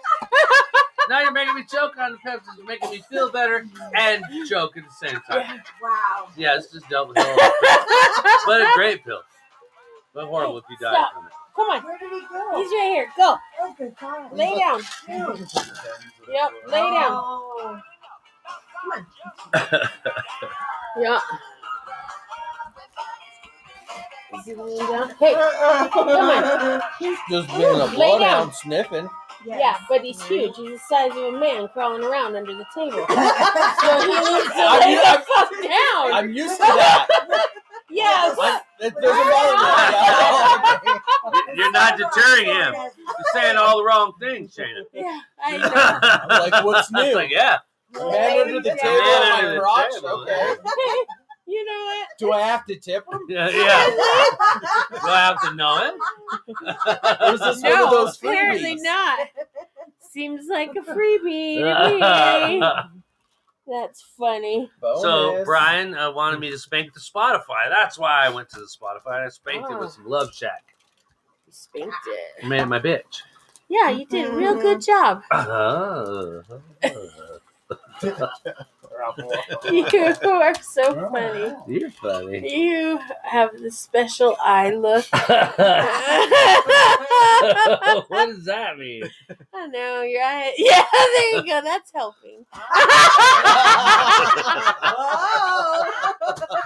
Now you're making me choke on the Pepsi. You're making me feel better and choke at the same time. Wow. Yeah, it's just dealt with all of it. But a great pill. But horrible if you die Stop. from it. Come on. Where did he go? He's right here. Go. Oh, good God. Lay down. Ew. Yep. Lay down. Oh. Come on. Yeah. Is he laying down? Hey, come on. He's, Just being a Lay down. bloodhound sniffing. yeah, but he's huge. He's the size of a man crawling around under the table. so he needs to lay the fuck down. I'm used to that. yeah. I- It doesn't bother me. You're not deterring him. You're saying all the wrong things, Shana. Yeah. I know. I'm like, what's new? like, yeah. Man under the Yeah. table on Man under my the crotch. table. Okay. you know what? Do I have to tip him? Yeah. yeah. Do I have to know it? Or is this one No, of those apparently freebies? not. Seems like a freebie to me. That's funny. So Oh, Bonus. Brian uh, wanted me to spank the Spotify. That's why I went to the Spotify. and I spanked Oh. it with some Love Shack. You spanked it. Mm-hmm. Made it my bitch. Yeah, you did a real good job. Oh. You are so funny. You're funny. You have the special eye look. I what does that mean? know your eye. Yeah, there you go. That's helping. Oh.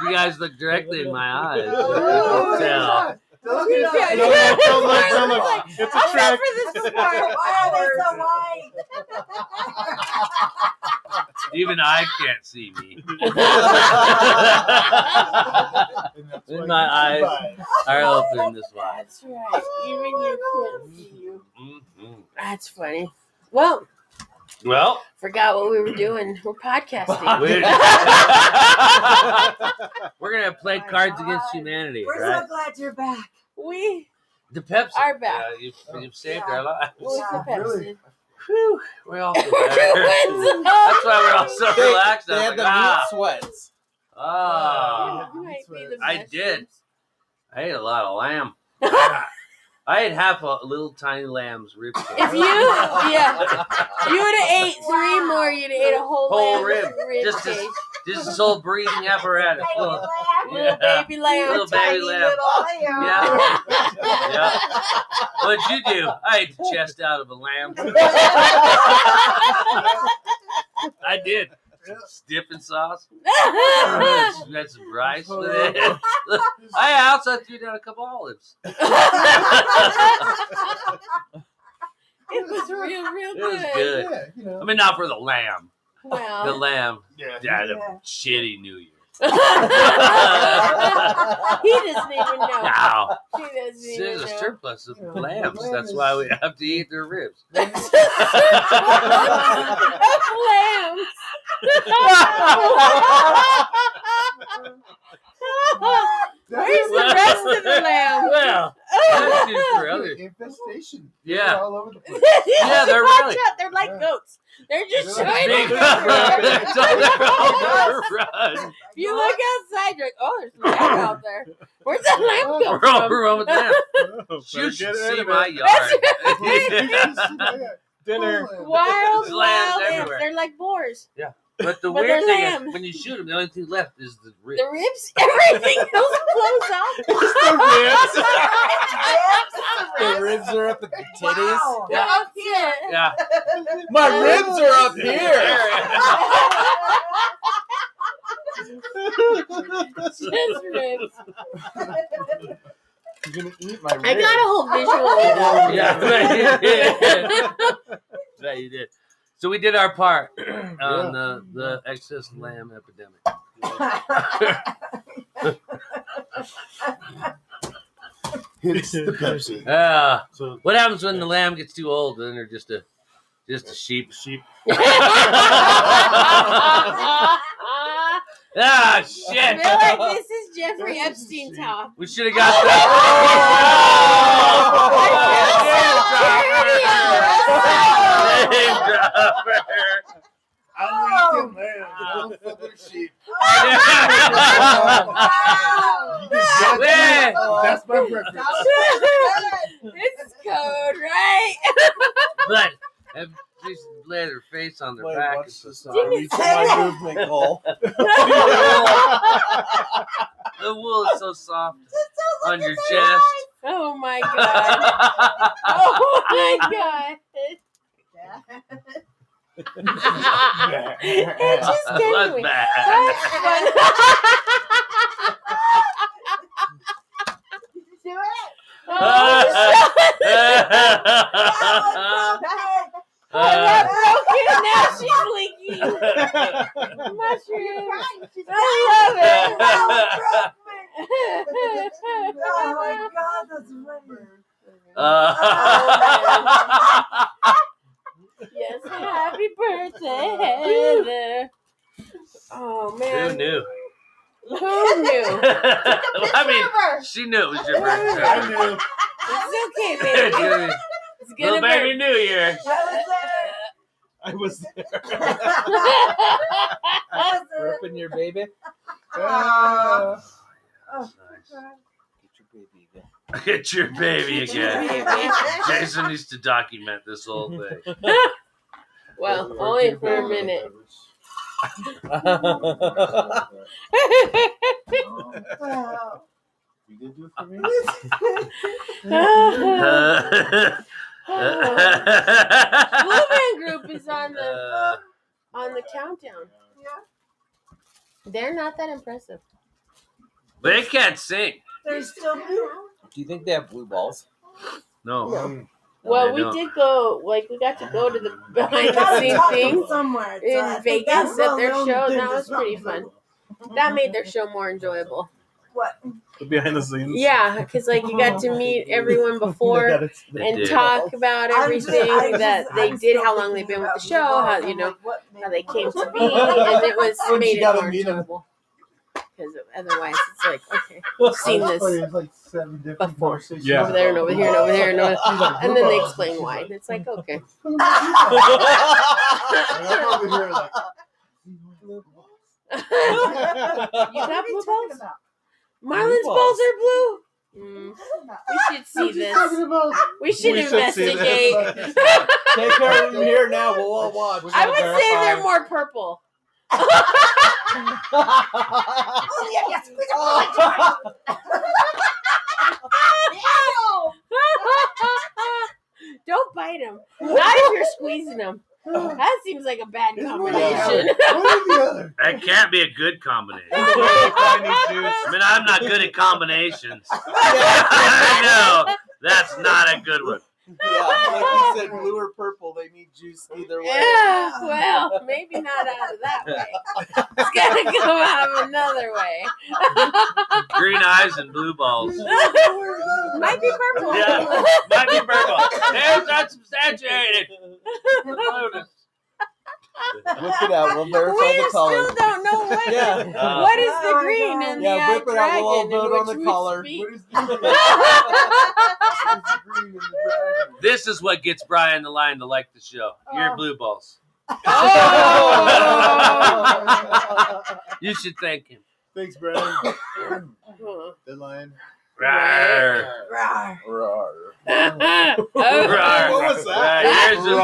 You guys look directly in my eyes. Oh, Yeah. Look at that. No, no, no, no, no, It's no. like, It's a I'm not trick. for this part. Why are they so white? Even I can't see me. My eyes are open this wide. That's Oh, right. Even you can't see you. Mhm. That's funny. Well, Well, Forgot what we were doing. We're podcasting. we're, we're gonna play Cards Against Humanity, We're right? so glad you're back. We the Pepsi. are back. Yeah, you've, you've saved our lives. Well, it's the Pepsi. Whew, we all feel We're better. doing That's why we're all so They- relaxed. they I had was the like, ah, meat sweats. ah. You might be the I best. did. I ate a lot of lamb. I ate half a little tiny lamb's rib. If you, yeah, you would have ate three more. You'd have ate a whole, Whole lamb rib. Just cake. this, just this whole breathing apparatus. Little, Little baby lamb, Little tiny baby lamb. lamb. Yeah. yeah. What'd you do? I ate the chest out of a lamb. I did. Dip in sauce. Had some rice with it. I also threw down a couple olives. It was real, real It was good. good. I mean, not for the lamb. Well, The lamb. Yeah. Died of shitty New Year. he doesn't even know. Wow. He doesn't even There's a know. surplus of Yeah. lambs. Lamb That's is- why we have to eat their ribs. Lambs. Where's the rest of the lamb? Well, that's good for others. Infestation. Yeah. All over the place. Yeah, they're Watch really- out, they're like goats. They're just shiny. Big- It's on their own run. If you look outside, you're like, oh, there's a lamb out there. Where's that lamb We're go all- from? we're all with them. Better You should Oh, get rid see of my it. yard. Dinner. Wild, There's lambs wild lambs. everywhere. They're like boars. But the But weird they're thing lamb. is, when you shoot them, the only thing left is the ribs. The ribs, everything else blows off. the Ribs. ribs. The ribs are up at the titties. They're up here. Yeah. My ribs are up here. Just ribs. You're gonna eat my ribs. I got a whole visual of that. yeah, right, you did. Right, you did. So we did our part on the, the excess lamb epidemic. It's the Pepsi. Uh, So what happens when the lamb gets too old? Then they're just a just a sheep. sheep. Ah, I shit. feel like this is Jeffrey Epstein talk. We should have got that. Name dropper. Oh. I'll eat them lamb. I'll fuck with sheep. Yeah. That's my preference. this is code, right? But have Jason laid her face on their Wait, back. watch and this. stuff. I reach my movement goal. The wool is so soft on your chest. Oh my god. Oh my god. it just came to Blood me. bath. That's funny. Oh, Uh, that broke it. Now she's leaking. Mushroom. I love it. Oh my god, that's funny. uh, Yes, happy birthday, Heather. Oh man, Who knew? Who knew? I mean, she knew it was your I birthday. knew. It's okay, baby. Dude, It's Little gonna baby be. New Year. I was Ripping your baby. Uh, Get your baby again. Get your baby again. Jason needs to document this whole thing. well, only for a minute. You did do it for me? Blue Uh, Man Group is on the on the countdown. They're not that impressive. they can't sing. There's still new. Do you think they have blue balls? No. Um, No, Well, they we don't. did go. Like we got to go to the behind the Gotta scenes tuck 'em thing somewhere. so I in think Vegas that's at the their only show. thing That was that's pretty wrong. fun. That made their show more enjoyable. What? behind the scenes. Yeah, because like you got to meet everyone before They and did. talk about I'm everything just- I'm that just- they I'm did, still how long they've thinking been with the about show, how Meatball. you know What how they came to be, and Meatball? it was When she made it got a more meeting. enjoyable. Because otherwise, it's like okay, we've seen this like seven different before. Yeah. Over there and over here and over there and over, She's like, and then they "Meatball." explain why. And it's like okay. You got blue balls? Marlon's Blue balls are blue. Mm, we should see this. We should We should see this. investigate. Take her from here now. We'll all watch. I would say they're more purple. Oh, yeah, yes, we got Ow! Don't bite them. Not if you're squeezing them. That seems like a bad combination. That can't be a good combination. I mean, I'm not good at combinations. I know that's not a good one. Yeah, like you said, blue or purple, they need juice either way. Yeah, well, maybe not out of that way. It's gotta come out of another way. Green eyes and blue balls. Might be purple. Yeah, might be purple. There's not substantiated. Lotus. Whip it out. We'll verify We the color. still don't know what. Yeah. Uh, What is the Oh my green God. in the yeah, eye whip it out. We'll all dragon in vote on which the we color. speak? This is what gets Brian the Lion to like the show. Your blue balls. Oh! Oh. you should thank him. Thanks, Brad. Huh. The lion. Rawr. Rawr. Rawr. What was that? Rawr. Yours is weird.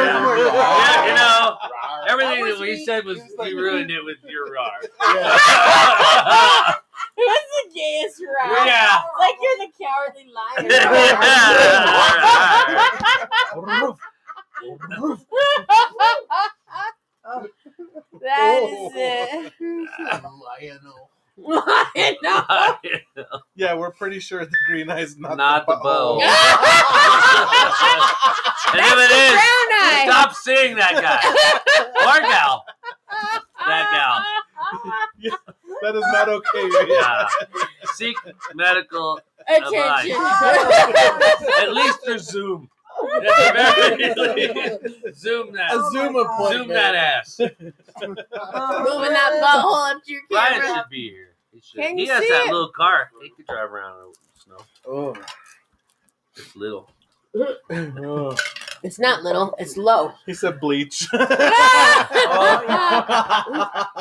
Yours was weird. Yeah, you know, everything That that was we me. said was you ruined it with your rar. It was the gayest ride. Yeah. It's Like you're the cowardly lion. that is it. Lion. Yeah, we're pretty sure the green eye's not, Not the bow. bow. And if it is, stop seeing that guy or gal. That gal. that is not okay. Yeah. Seek medical Attention. advice. At least through Zoom. At the very Oh least, Zoom that. A Zoom appointment. Zoom that ass. Moving that butthole up to your Ryan camera. should be here. He, should. Can he you has see that it? little car. He could drive around in the snow. Oh. It's little. Oh. It's not little. It's low. He said bleach. Oh,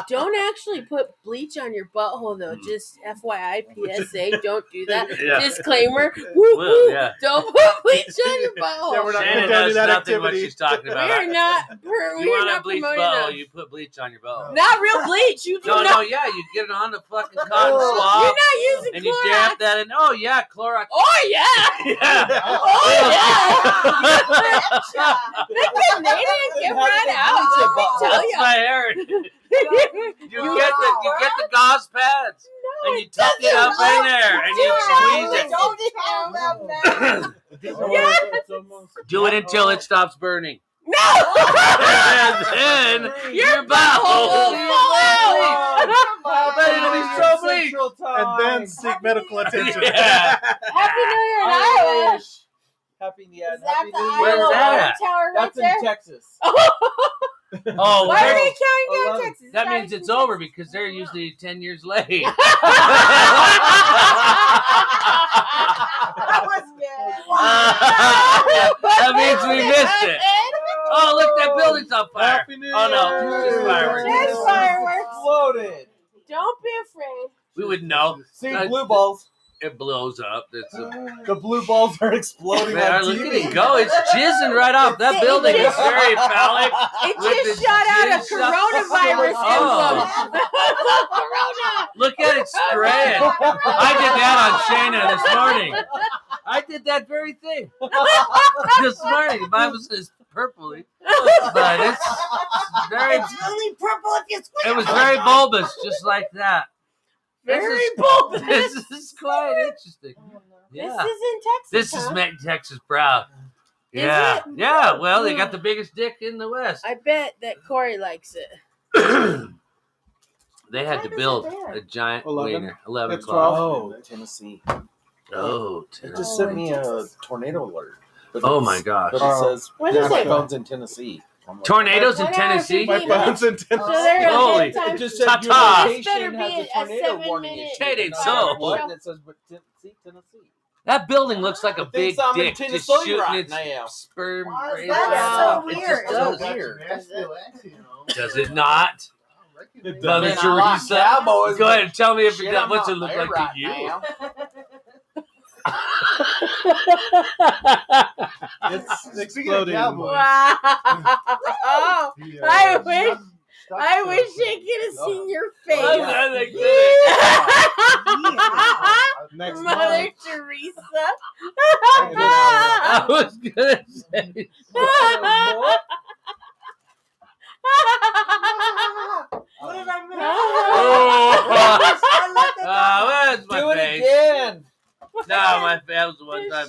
Don't actually put bleach on your butthole though. Just FYI, PSA, don't do that. Hmm. Yeah. Disclaimer. Well, Woo, woo. yeah. Don't put bleach on your butthole. Yeah, we're not Shannon condoning knows that nothing what activity. she's talking about. We're not. Per, you we're want not a bleach promoting bowl, that. you put bleach on your bowl. Not real bleach. You do No, not. no, yeah, you get it on the fucking cotton You're swab not using and Oh. Clorox. you dab that in. Oh yeah, Clorox. Oh yeah. Yeah. Oh yeah. the Canadian get right out. Let That's me my hair. tell you. You get the you get the gauze pads and you tuck it up in there and you squeeze it. Don't tell them that. Do it until it stops burning. and then Oh, your butthole will butthole. fall out. But it'll be so bleak. and then seek medical attention. Yeah. Happy New Year in Iowa. Is Happy, yeah, that happy the New Year. Where's Iowa water that tower right That's in there? Texas. Oh, Why are there- you counting down Eleven. Texas? that Why means are you it's counting over because they're usually ten years late. That was good. that means we missed it. Oh, look, that building's on fire. Happy New Year. Oh, no. Just fireworks. There's fireworks. Loaded. Don't be afraid. We would know. See, That's- blue balls. It blows up. It's a, The blue balls are exploding man, on look at TV. it go. It's jizzing right off. That building is very phallic. It With just the shot out a jizz shot- coronavirus Oh. emblem. Corona. Look at it spread. I did that on Shayna this morning. I did that very thing this morning. Mine was this purpley, but it's very. It's only purple if you squeeze It was very bulbous, just like that. Very This is- bulbous. This is quite interesting. This Yeah. is in Texas. This is huh? making Texas proud. Is Yeah. it? Hmm. Yeah. Well, they got the biggest dick in the West. I bet that Corey likes it. They had to build a giant 11? wiener. Eleven It's o'clock. 12. Oh, Tennessee. Oh, It just sent me a tornado alert. But Oh it's- my gosh. But it Oh. says What your is it? phone's in Tennessee. I'm like, Tornadoes in "What?" Tennessee. My phone's in Tennessee. Holy, It just said your ta-ta. location has a tornado warning issue. It And ain't I'm like, "What?" so. And it says, but Tennessee, Tennessee. That building looks like a big Thinks I'm in dick just Tennessee shooting right its now. sperm. Why right is that out. so It weird? just does. That's weird. Does it not? It Mother does. Man, I like Teresa. cowboys, Go ahead and tell me if it Shit, does. I'm What's it not look there like right to you? now. It's exploding. Wow. I wish I wish I could have seen your face. Oh, yeah. I like Mother Uh, month. Teresa. I was gonna say. What did I miss? Oh. I left it Ah, where's my Do it face? again. No, my that was one time.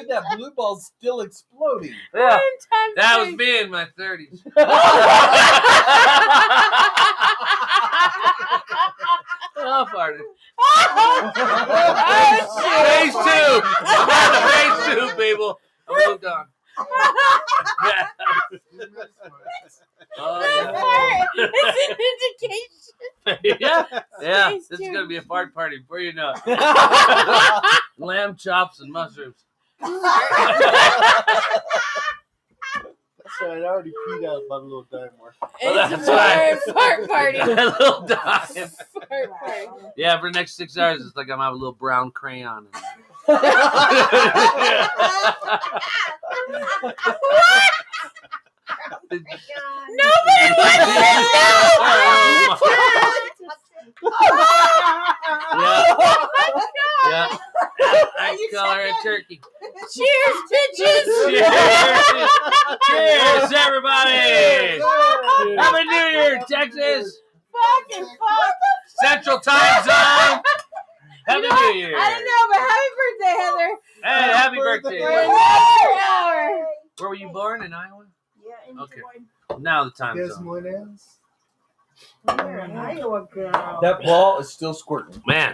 Dude, that blue ball's still exploding. Yeah. That was me in my thirties. Off farted. Phase Oh, two. I had a phase two, people. I moved on. That part is an indication. Oh, yeah, yeah. Phase This two. is gonna be a fart party before you know it. Lamb chops and mushrooms. Sorry, I already peed out my little dime worth. Well, It's Oh, that's right. a fart party. A little dime. Fart party. Yeah, for the next six hours, it's like I'm having a little brown crayon. Nobody wants to know. Yeah. I call her a turkey. Cheers, bitches. Cheers. Cheers, everybody. Happy New Year, Texas. Fucking fuck. Central Time Zone. Happy You know what? New Year. I don't know, but happy birthday, Hey, Heather. happy We're in birthday. the happy hour. Where were you born? In Iowa? Yeah, in Okay. Now the time Yes, zone. Moynihan's. You're an Iowa girl. That ball is still squirting. Man.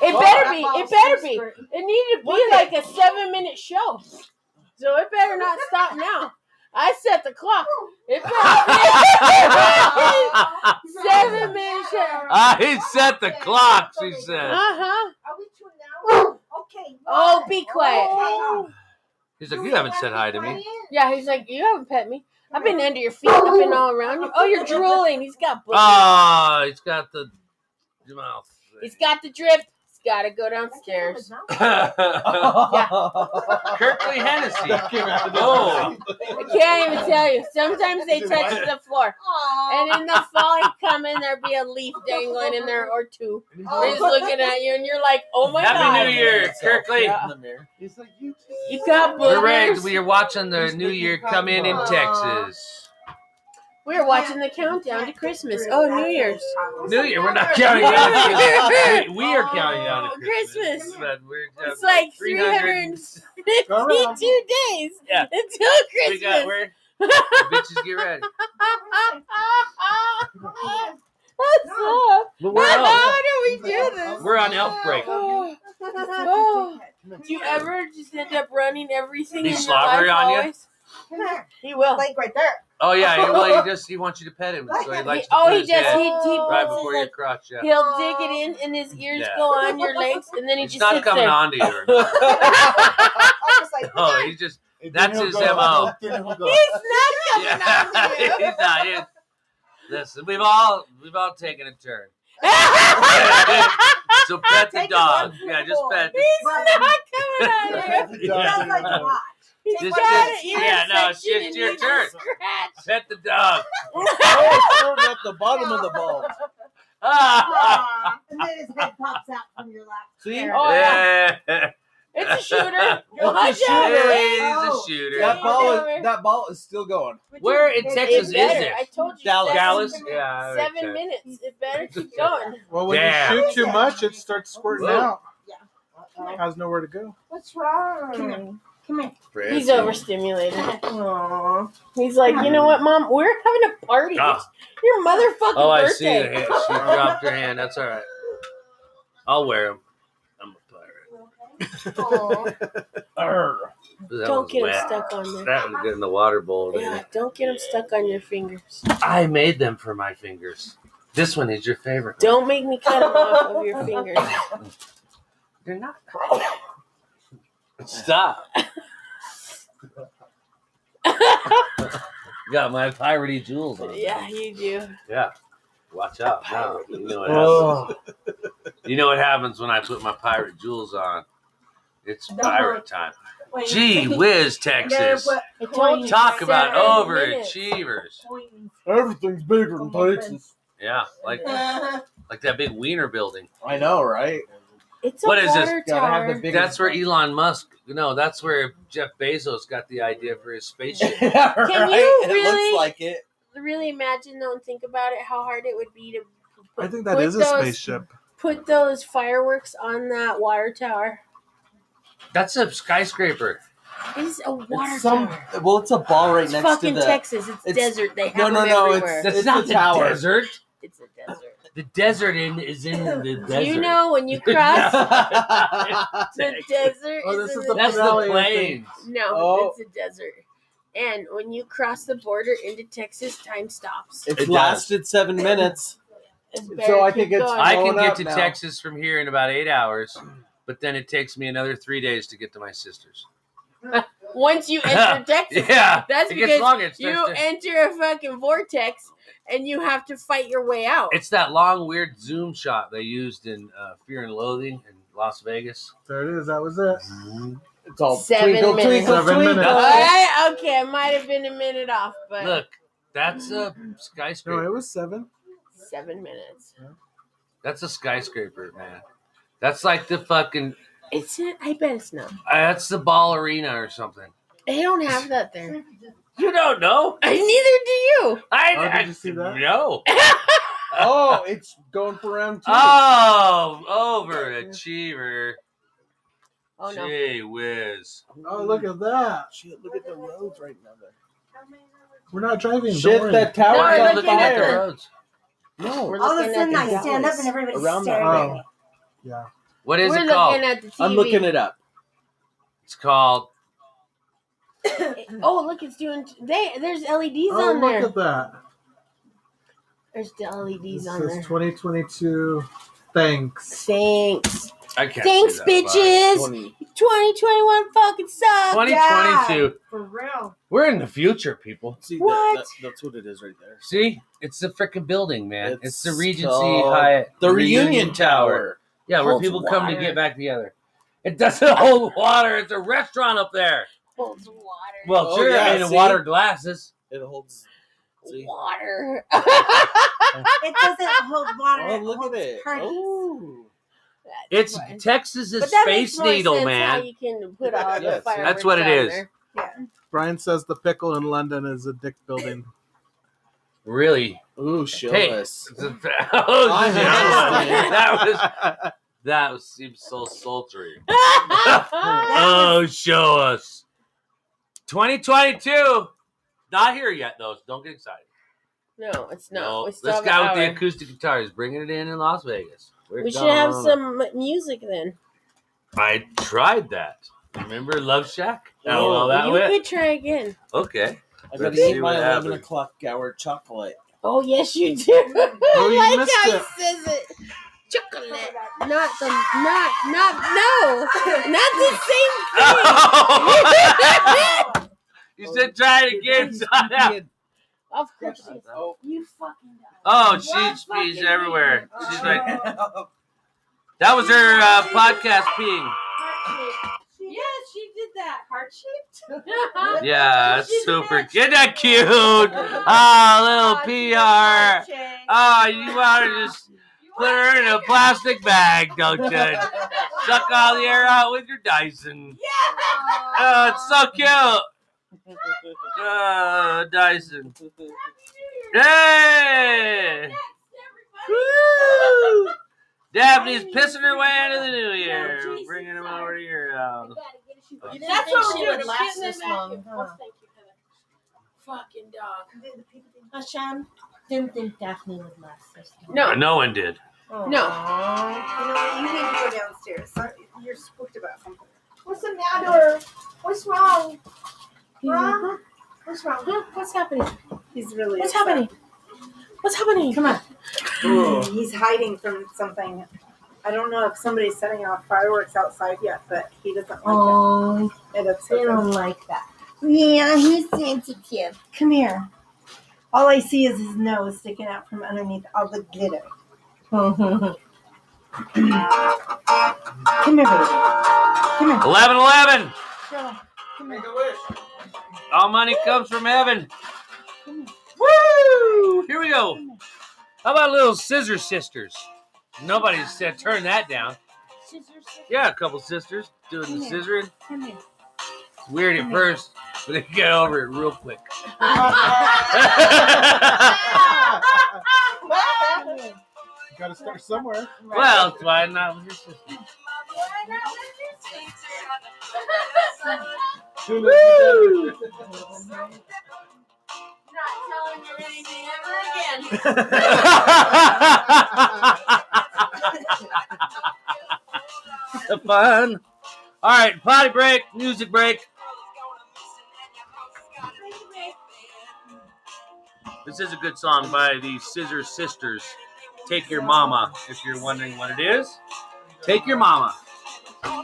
It Oh, Well, better that be. ball's It better so be. squirty. It needed to be like a seven minute show. So it better not stop now. I set the clock. It better I be seven minute show. Ah, set the clock, she said. Uh-huh. Are we two now? Okay. Oh, Oh, be quiet. He's like, you haven't said hi to me. Yeah, he's like, you haven't pet me. I've been under your feet. I've been all around you. Oh, you're drooling. He's got blue. Ah, he's got the the mouth. He's got the drip. He's got to go downstairs. Kirkley Hennessy. nowhere. Oh, I can't even tell you. Sometimes they touch the floor. And in the fall, I come in, there'd be a leaf dangling in there or two. Oh, They're just looking at you, and you're like, oh my Happy God. New Year, Kirkley. It's like you. You got We're ready. boogers. We are watching the New Year come in in Texas. We're watching the countdown to Christmas. Oh, New Year's. New Year. We're not counting down. to- We, we are counting down. to Christmas. But we're It's like 300. 352 days Yeah. until We got, Christmas. we're, bitches, get ready. What's up? But we're How out. do we do this? We're on elf break. Oh. Do you ever just end up running everything He in your slobber life on you? always? Come here. He will. Like right there. Oh yeah, he- well he just he wants you to pet him, so he likes to oh, put he his does. head He, he right puts before his, your like, crotch. Yeah, He'll dig it in, and his ears Yeah. go on your legs, and then he it's just not sits coming there. on to you. oh, he just that's he'll his go- mo. then he'll go- He's not coming Yeah, on to you. he's not. He's, listen, we've all we've all taken a turn. so Ah, pet the dog. Yeah, just pet. He's not coming on you. Yeah. He's Just- got just- an ear yeah, no, it's infection just and your needs a turn. Scratch. Pet the dog. Oh, it's squirting at the bottom of the ball. Aw, and then his head pops out from your lap. See? Oh, yeah. It's a shooter. Watch It's a out. shooter. Yeah, Oh. he's a shooter. That ball is that ball is still going. Where in It- Texas it is better. it? I told you. Dallas. seven Dallas? minutes. Yeah, I already Seven checked. minutes. It better keep going. Well, when Damn. you shoot too much, it starts squirting Whoa. out. Yeah. Has nowhere to go. What's wrong? Come here. He's overstimulated. Aww. He's like, you know what, mom? We're having a party. Ah. It's Your motherfucking Oh, I see birthday. her hand. She dropped her hand. That's all right. I'll wear him. I'm a pirate. Arr. That Don't one's get him wet. stuck on there. That one's good in the water bowl. Yeah, don't get him stuck on your fingers. I made them for my fingers. This one is your favorite. Don't make me cut him off of your fingers. They're not. Stop. Got my piratey jewels on. yeah, you do. Yeah. Watch out. now. You know what Oh. happens. you know what happens when I put my pirate jewels on. It's The pirate time. Gee whiz, Texas. I told you Talk about seven minutes. overachievers. Everything's bigger in Texas. Yeah, like like that big wiener building. I know, right? It's What is this? Gotta have the biggest- That's where Elon Musk. No, that's where Jeff Bezos got the idea for his spaceship. Can you It really- looks like it. Really imagine though and think about it how hard it would be to I think that Put is those- a spaceship. put those fireworks on that water tower. That's a skyscraper. It's a water It's some. tower. Well, it's a ball right It's next fucking to the. Texas. It's, desert. They have no, no, them no. It's, everywhere. it's, That's not the the tower. desert. It's a desert. The desert in is in the Do desert. you know when you cross the desert? Oh, is this in is the That's the Valley, I plains. think. No, Oh. it's a desert. And when you cross the border into Texas, time stops. It's It does. lasted seven minutes. It's So better I keep think it's. going. I can blown get up to now. Texas from here in about eight hours, but then it takes me another three days to get to my sister's. Once you enter Texas, Yeah. that's It gets because longer. It starts you to- enter a fucking vortex and you have to fight your way out. It's that long, weird zoom shot they used in uh, Fear and Loathing in Las Vegas. There it is. That was it. It's all Seven twinkle, minutes. twinkle, Seven twinkle. minutes. All right, okay, I might have been a minute off, but Look, that's a skyscraper. No, it was seven. seven minutes. That's a skyscraper, man. That's like the fucking. It's it. I bet it's not. Uh, that's the ball arena or something. They don't have that there. You don't know. Neither do you. I, Oh, did I you see that? No. Oh, it's going for round two. Ah. Oh, overachiever. Oh, no. Gee whiz. Oh, look at that. Shit, look at the roads right now. There. We're not driving. Shit, don't worry. that tower Why are you on looking at the fire. roads? No. We're All of a looking sudden, at the I stand up Dallas. and everybody's Around the staring at me. Yeah. What is We're it called? looking at the TV. I'm looking it up. it's called. Oh, look, it's doing. They there's LEDs Oh, on look there. at that. There's the LEDs It on there. says 2022. Thanks. Thanks. I can't. Thanks, do that bitches. vibe. 2021 fucking sucks. 2022. For real. We're in the future, people. See, What? That, that, that's what it is right there. See, it's the frickin' building, man. It's, the Regency called Hyatt, The Reunion Tower. Yeah, where Holds people come to water. get back together. It doesn't hold water. It's a restaurant up there. Holds water. Well, Oh, sure, yeah, I mean, see? water glasses. It holds. See? Water. It doesn't hold water. Oh, it look at holds it. parties. Oh. It's But Texas is that makes space more needle, sense How man. you can put all the Yes. fireworks That's what it on is. there. Brian says the pickle in London is a dick building. Really? Ooh, show Hey, us. it's a- that was understand. that was seems so sultry. That oh, show us. 2022. Not here yet, though. so Don't get excited. No, it's not. we still this have an guy with the hour. acoustic guitar is bringing it in in Las Vegas. We're We should have gone. some music then. I tried that. Remember Love Shack? How Oh, well that you went? could try again. Okay. I Let's gotta see eat what my 11 happens. o'clock hour chocolate. Oh yes, you do. Oh, you I like missed how it. he says it. Chocolate, not the, not, not, no, not the same thing. Oh, you said try it again. son. of course, you, you fucking. Oh, she's pees everywhere. She's like, that was her uh, podcast peeing. Yeah, she did that heart shaped. Yeah, that's super. Get that cute. Oh, Ah, little PR. Ah, you want to just put her in a plastic bag, don't you? Suck all the air out with your Dyson. Oh, it's so cute. Oh, Dyson. Hey! Woo! Daphne's pissing her way into the new year. We're bringing him over to your um, house. You didn't That's think what she we're would doing. last Getting this it back long, and huh? forth. Thank you, Heather. Fucking dog. Hashem didn't think Daphne would last this long. No. No one did. No. No. You know what? You need to go downstairs. Sorry, You're spooked about something. What's the matter? What's wrong? Huh? What's wrong? What's happening? He's really. What's upset. happening? What's happening? Come on. He's hiding from something. I don't know if somebody's setting off fireworks outside yet, but he doesn't like Oh, it. It upsets they don't him. like that. Yeah, he's sensitive. Come here. All I see is his nose sticking out from underneath all the glitter. Come here, baby. Come here. 11 11! Show him. Make a wish. All money comes from heaven. Woo! Here we go. How about little Scissor Sisters? Nobody said turn that down. Scissors. Yeah, a couple sisters doing the scissoring. Come here. It's weird at first, but they get over it real quick. You gotta start somewhere. well, that's why not with your sister? Woo! Not telling her anything ever again. Fun. All right, potty break, music break. This is a good song by the Scissor Sisters. Take Your Mama, if you're wondering what it is. Take Your Mama. Your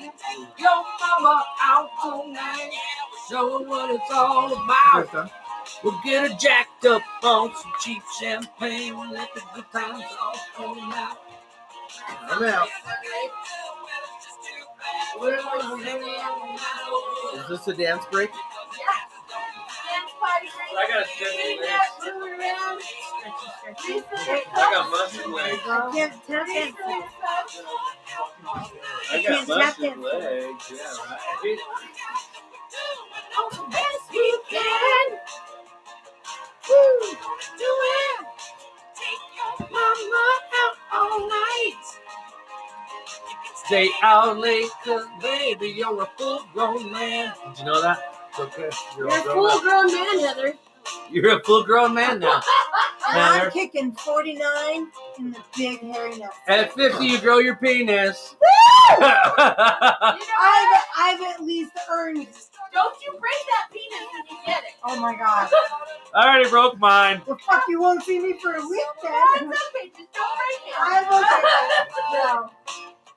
mama out all night. Show her what it's all about. We'll get her jacked up on some cheap champagne. We'll let the good times all come out. I'm out. Is this a dance break? I got stiff I got muscle legs. I can't tap dance. I got muscle legs. Yeah. Stay out late, cause baby, you're a full grown man. Did you know that? It's okay. You're, You're a full grown man, Heather. You're a full grown man now. I'm Heather. kicking 49 in the big hairy nut. At 50, you grow your penis. I've, I've at least earned. Don't you break that penis when you get it. Oh my god. I already broke mine. Well, fuck, you won't see me for a week then. okay. Just don't break it. I will take it. No.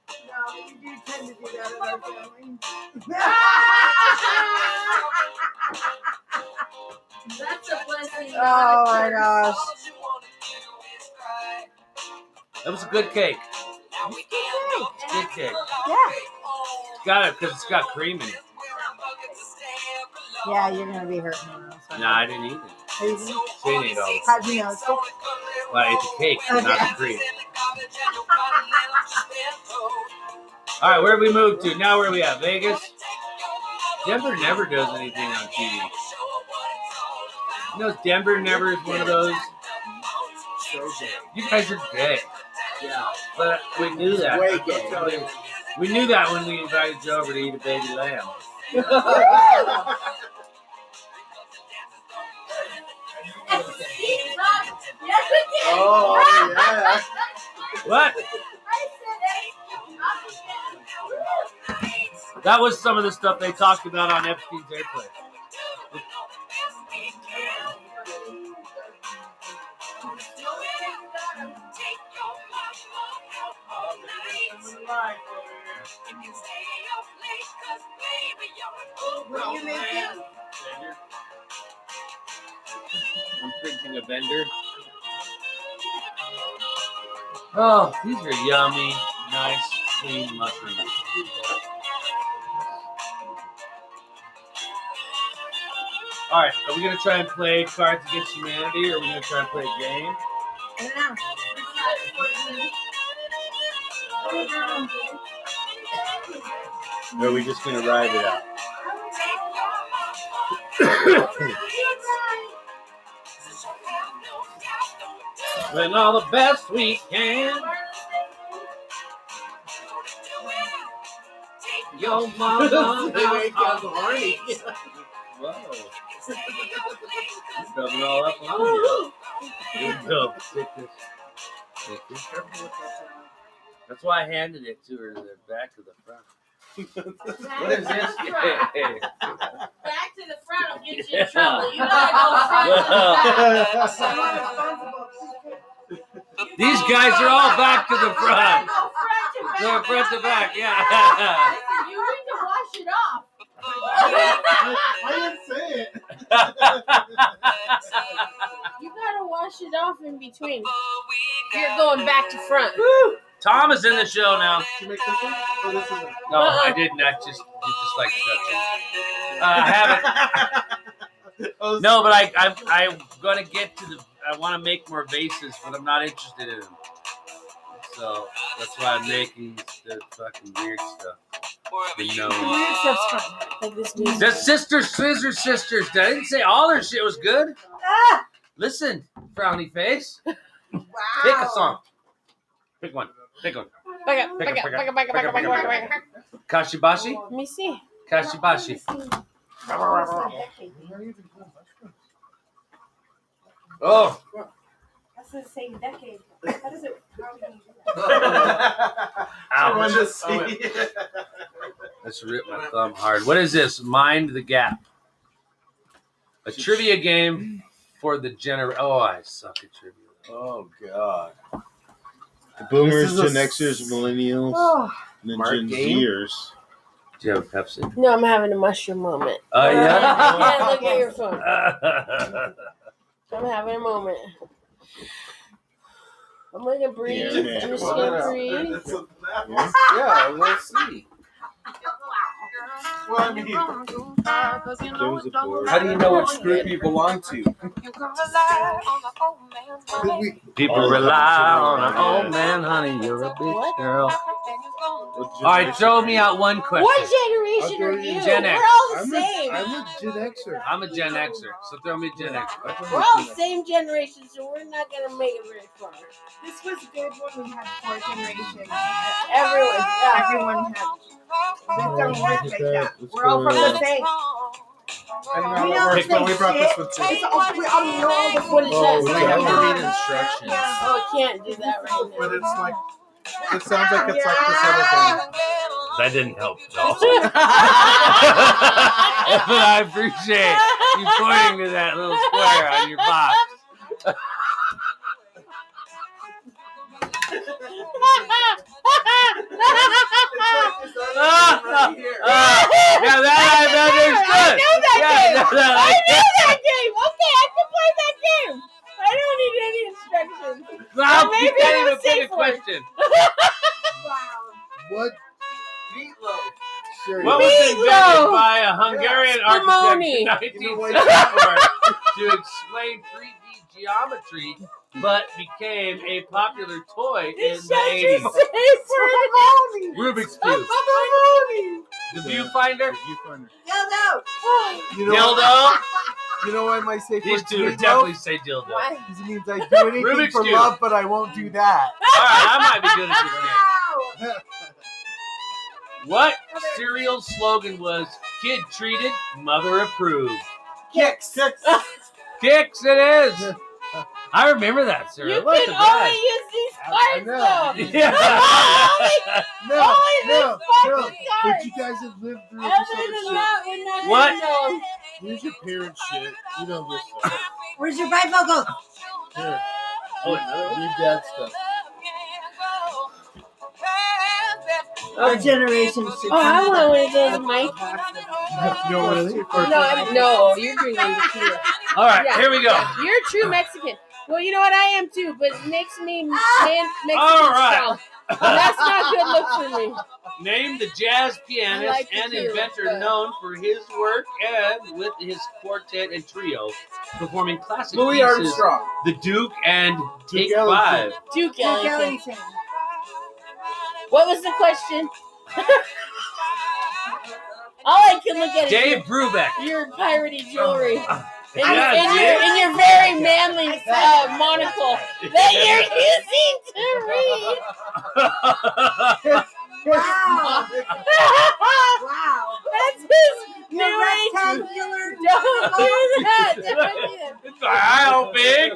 No, you do tend to do that in our family. That's a blessing. oh my gosh. That was a good cake. Good cake. Got it because it's got cream in it. Yeah. Yeah, you're gonna be hurting. me. No, I didn't eat it. Crazy. She didn't eat all of it. How'd you know? Well, I ate the cake, not the cream. All right, where have we moved to? Now where are we at? Vegas? Denver never does anything on TV. You know, Denver never is one of those. You guys are gay. Yeah. But we knew that. Way gay. We knew that when we invited you over to eat a baby lamb. Oh, yeah. What? That was some of the stuff they talked about on Epstein's airplane. I'm thinking a vendor. Oh, these are yummy, nice, clean mushrooms. All right, are we gonna try and play Cards Against Humanity, or are we gonna try and play a game? I don't know. Or are we just gonna ride it out? Doing all the best we can. Yo, mama. They wake up I'm horny. late. Whoa. Coming all up on you. Here we go. Take this. Take this. Careful with that. That's why I handed it to her the back of the front. what is this? Back to the front will get you in trouble. You gotta go front to the back. These guys are all back to the front. Go front to back. They're front to back, yeah. Listen, you need to wash it off. I didn't say it. You gotta wash it off in between. You're going back to front. Tom is in the show now. Did you make this one? Oh, this is it. No, I didn't. I just, I just like touching. Uh, I haven't. No, but I, I'm, I'm gonna get to the. I want to make more vases, but I'm not interested in them. So that's why I'm making the fucking weird stuff. The Weird nose. stuff's fun. Like this music. The sister scissor sisters. I didn't say all their shit was good. Listen, frowny face. Pick a song. Pick one. Pick one. Back up, back up, back up, back up, back up, back up, back up, back up. Kashibashi. Let me see. Kashibashi. Oh. That's the same decade. How does it? How are we gonna do Ow. it. Let's rip my thumb hard. What is this? Mind the gap. A trivia game for the gener. Oh, I suck at trivia. Oh God. The boomers, This is a Gen Xers, millennials, Oh. and then Mark Gen game? Zers. Do you have a Pepsi? No, I'm having a mushroom moment. Uh, yeah, look at your phone. yeah. I'm having a moment. I'm gonna breathe. Yeah, man. I'm just gonna breathe. It's a- Yeah, let's see. Well, I mean, Uh, How do you know which group you belong to? People rely on an old man, honey. You're a bitch girl. All right, throw me out one question. What generation are you? Gen We're X. all the same. Gen Xer. I'm a Gen Xer, so throw me a Gen X. We're all the same generation, so we're not gonna make it very far. This was good when we had four generations. Everyone, yeah. Everyone had. They've done a terrific job. We're all From the same. I don't know We how don't it works, but we think brought this shit. one too. It's all, we all know the What is Oh, we that? have to Oh, read instructions. I Oh, can't do that right now. But it's like, it sounds like it's like this other thing. That didn't help at all. but I appreciate you pointing to that little square on your box. Ah, ah, ah. now that I've understood. Yeah, I knew that game. now that I I- knew that game. Okay, I can play that game. I don't need any instructions. Wow, you Maybe can't it even was pick a safe word. question. What? Meatloaf. What was invented Meatloaf. by a Hungarian architect Spumoni. in 1964 to explain 3D geometry, but became a popular toy in This the show just 80s? says Spumoni. Rubik's Cube, Spumoni. the viewfinder, You know, dildo. You know what I might say These for two would dildo? definitely say dildo. All right, Why? Because it means I do anything Rubik's for Cube. love, but I won't do that. I might be good at this game. What cereal slogan was "Kid treated, mother approved"? Kicks. Kicks. Kicks, it is. I remember that cereal. You It wasn't can bad. only use these I- I cards know. though. Yeah. No, Only no, this no. fucking But cards. you guys have lived through Other this than other shit. that, we're not What? gonna know. Here's your parents' shit. You know this stuff. Where's your bifocals? Here. Oh, Your dad stuff. Our generation Oh, should. I want one of those, Mike. You know what I mean? Or- No, I'm, no, you're drinking tequila. All right, Yeah. here we go. Yeah, You're a true Mexican. Well, you know what? I am too, but it makes me man Mexican All right. strong. That's not good look for me. Name the jazz I pianist like it and too, inventor but- known for his work and with his quartet and trio performing classic Louis pieces, Armstrong. The Duke and Take Ellington. Five. Duke Duke Ellington. Ellington. What was the question? All I can look at Dave Brubeck. is your piratey jewelry. And, Yeah, your, and, your, Dave. and your very manly uh, monocle that you're using to read. Wow. wow. That's his Your new age. rectangular Don't do that. Don't do that. It's like, I don't think.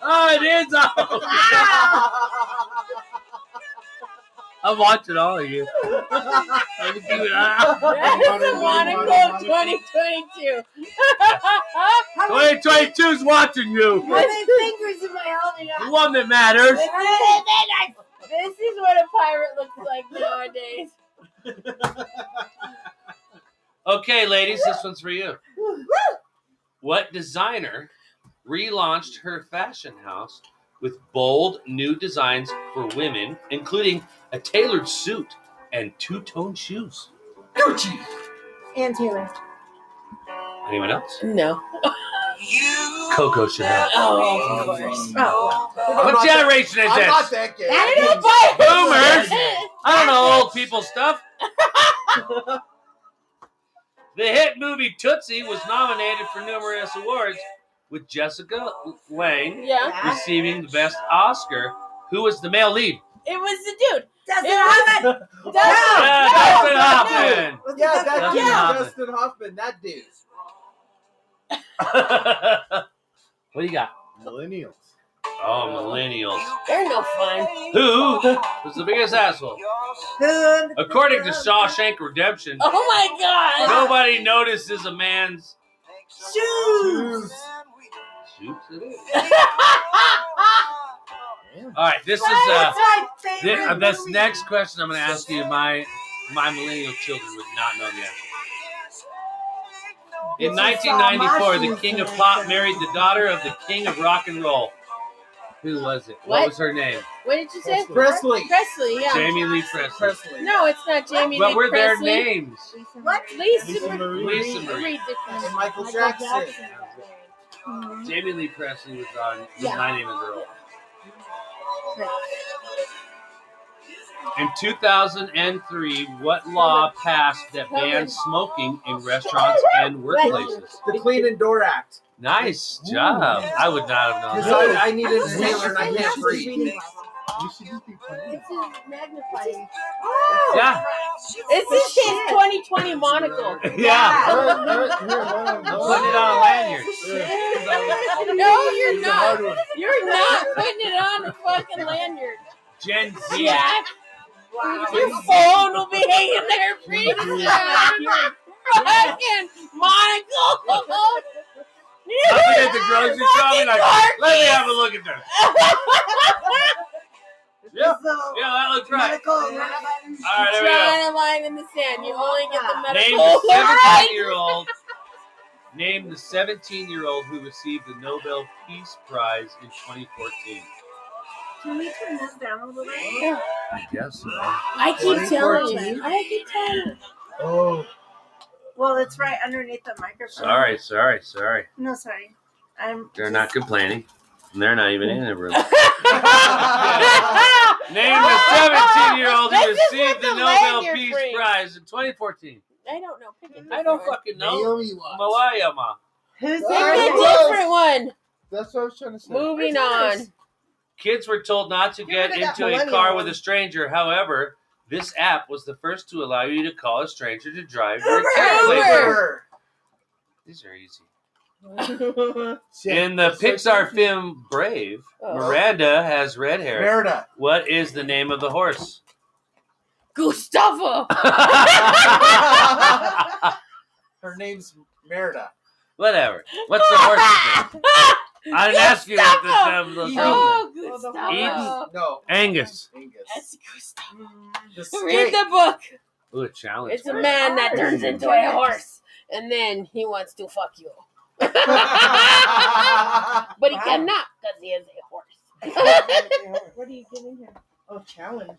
Oh, it is. I'm watching all of you. I'm gonna keep an eye That is a Monaco 2022. 2022's watching How many you. fingers am I holding The up? one that matters. This is what a pirate looks like nowadays. Okay, ladies, this one's for you. What designer relaunched her fashion house with bold new designs for women, including a tailored suit and two tone shoes? Gucci! And Taylor. Anyone else? No. Coco Chanel. Oh, of course. Oh, What generation is I'm this? not that wow. That is a Boomers! pirate. I don't know old people stuff. the hit movie Tootsie was nominated for numerous awards, with Jessica Lange Yeah. receiving the best Oscar. Who was the male lead? It was the dude. Dustin It was- Hoffman. Dustin- Yeah, Dustin Hoffman. Was it Yeah, Dustin that Dustin dude, Hoffman. Dustin Hoffman, that dude. what do you got? Millennials. Oh, millennials. They're no fun. Who was the biggest asshole? Hoffman? According to Shawshank Redemption, Oh my god. nobody notices a man's Shoes. Shoots it is. That's All right, this is uh, my thi- favorite. uh, this movie. next question I'm going to ask you. My my millennial children would not know the answer. In 1994, the king of pop married the daughter of the king of rock and roll. Who was it? What, What? was her name? What did you say? Presley. Presley, yeah. Jamie Lee Presley. No, it's not Jamie What Lee were their Presley. names? What? Lisa Marie. Lisa Marie. And Dickman. Michael Michael Jackson. Jackson. Jamie Lee Presley was on was Yeah. My Name Is Earl. In 2003, what law passed that banned smoking in restaurants and workplaces? The Clean and Door Act. Nice job. I would not have known Because that. I, I need an inhaler and I can't breathe. It's his magnifying. Yeah. It's his kid's 2020 monocle. Yeah. I'm Oh, putting it on a lanyard. no, you're not. You're not putting it on a fucking lanyard. Gen Z. Jack, your phone will be hanging there pretty soon. Fucking monocle. I'm at the grocery shop and like, let me have a look at them. Yeah, So, yeah, that looks right. Uh, medical relevance. All right, there we go. Drawing a line in the sand. You only get the Name medical the line. 17 year old. Name the 17 year old who received the Nobel Peace Prize in 2014. Can we turn this down a little bit? I guess so. I keep telling you. I keep telling you. Oh, Well, it's right underneath the microphone. Sorry, sorry, sorry. No, sorry. I'm. They're not complaining. They're not even in the room. Name the 17 year old who This is received the what the Nobel lanyard Peace brings. Prize in 2014. I don't know. Pick a I don't different fucking know. Malaya, ma. Who's one. that? Pick a different one. That's what I was trying to say. Moving on. Kids were told not to get rid of that into a millennial car one. with a stranger. However, this app was the first to allow you to call a stranger to drive your car. Uber. These are easy. oh, In the Pixar film Brave, Oh. Miranda has red hair. Merida. What is the name of the horse? Gustavo. Her name's Merida. Whatever. What's the horse's name? I didn't ask you what the name of the horse Oh, Eden. Gustavo. No. is. Angus. Angus. That's Gustavo. The Read stick. the book. Ooh, a challenge. It's a man that turns into a horse, and then he wants to fuck you, but he Wow. cannot because he is a horse. What are you getting here? Oh, challenge.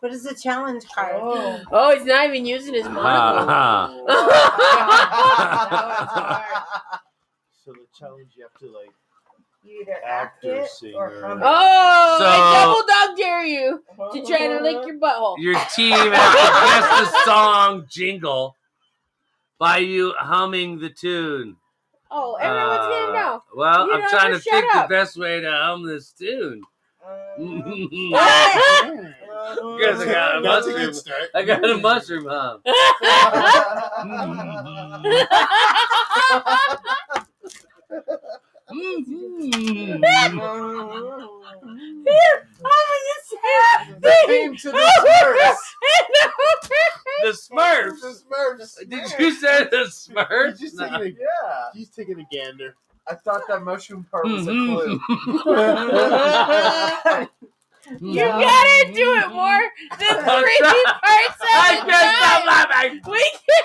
What is the challenge card? Oh. Oh, he's not even using his monocle. Uh-huh. So the challenge you have to like You either act actor, it singer. or hum it. Oh, So- I double dog dare you to try to Uh-huh. lick your butthole. Your team has to guess the song jingle by you humming the tune. Oh, everyone's Uh, gonna know. Well, You I'm know, trying to just shut think up. the best way to hum this tune. Uh, All What? Ah! uh, You guys got a That's a mushroom. good start. I got a mushroom hub. Came to the The Smurfs. The Smurfs. Did you say the Smurfs? He's just No. taking a, yeah. He's taking a gander. I thought that mushroom part was a Mm-hmm. clue. Mhm. You Mm-hmm. gotta do it more than three parts at I a can't stop time. laughing. We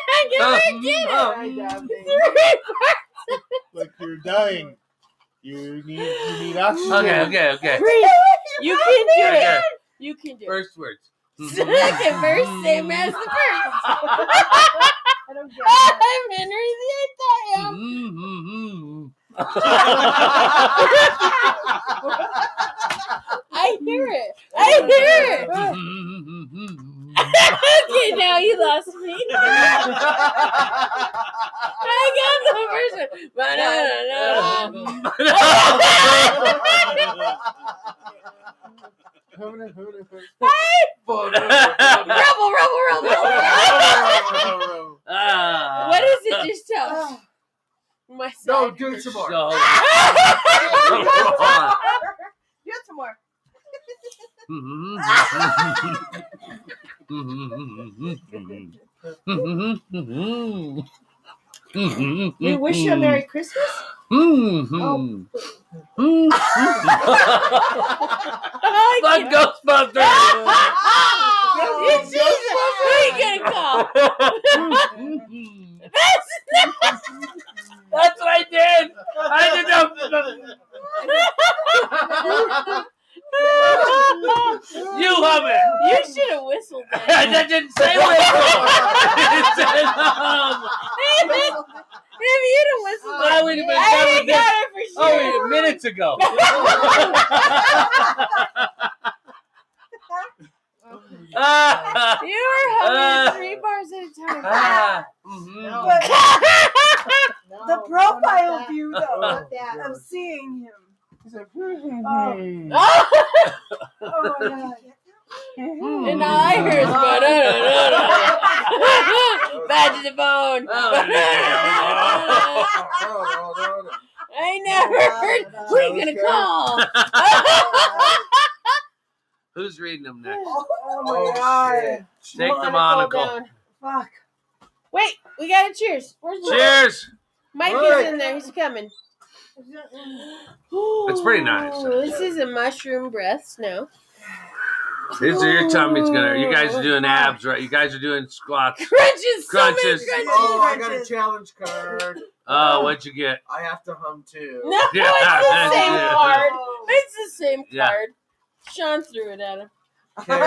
can't get it. Oh. Get it. Three parts. Like you're dying. You need you need oxygen. Okay, okay, okay. Three. You can do Okay, it. okay. You can do it. First words. Mm-hmm. Second verse, same as the first. I'm Henry the Eighth. I am. Mm-hmm. I hear it. I hear it. Mm-hmm. okay, now you lost me. I got the version. Ba-da-da-da. Rebel, rebel, rebel. what is it? Just Oh. tell. My No, do it some more. Do it some more. We We wish you a Merry Christmas. Mm-hmm. Fuck Ghostbusters! Oh, Oh. It's just a freaking call. That's That's what I did. I did the. You hum it. You should have whistled that. that didn't say what. it said um, hum. if you'd have whistled that, I would have been done Oh, I with would've got this. it for sure. Oh, wait, minutes ago. You were humming Ah. three bars at a time. Ah. the profile view Oh, though Not of seeing him. Um, oh oh my god. And all I hear is ba-da-da-da-da. Bad to the bone. Oh, I never heard. Who are you gonna call? Oh Who's reading them next? oh, my God. Take the monocle. Fuck. Wait, we gotta cheers. Where's Mike? Cheers. Mike Alright. is in there. He's coming. That's pretty nice, Ooh, This is a mushroom breath snow. These are your tummies gonna. You guys are doing abs, right? You guys are doing squats. Crunches. Crunches. Oh, I got a challenge card. Oh, what'd you get? I have to hum too. No, it's the same card. It's the same Yeah. card. Sean threw it at him. All right,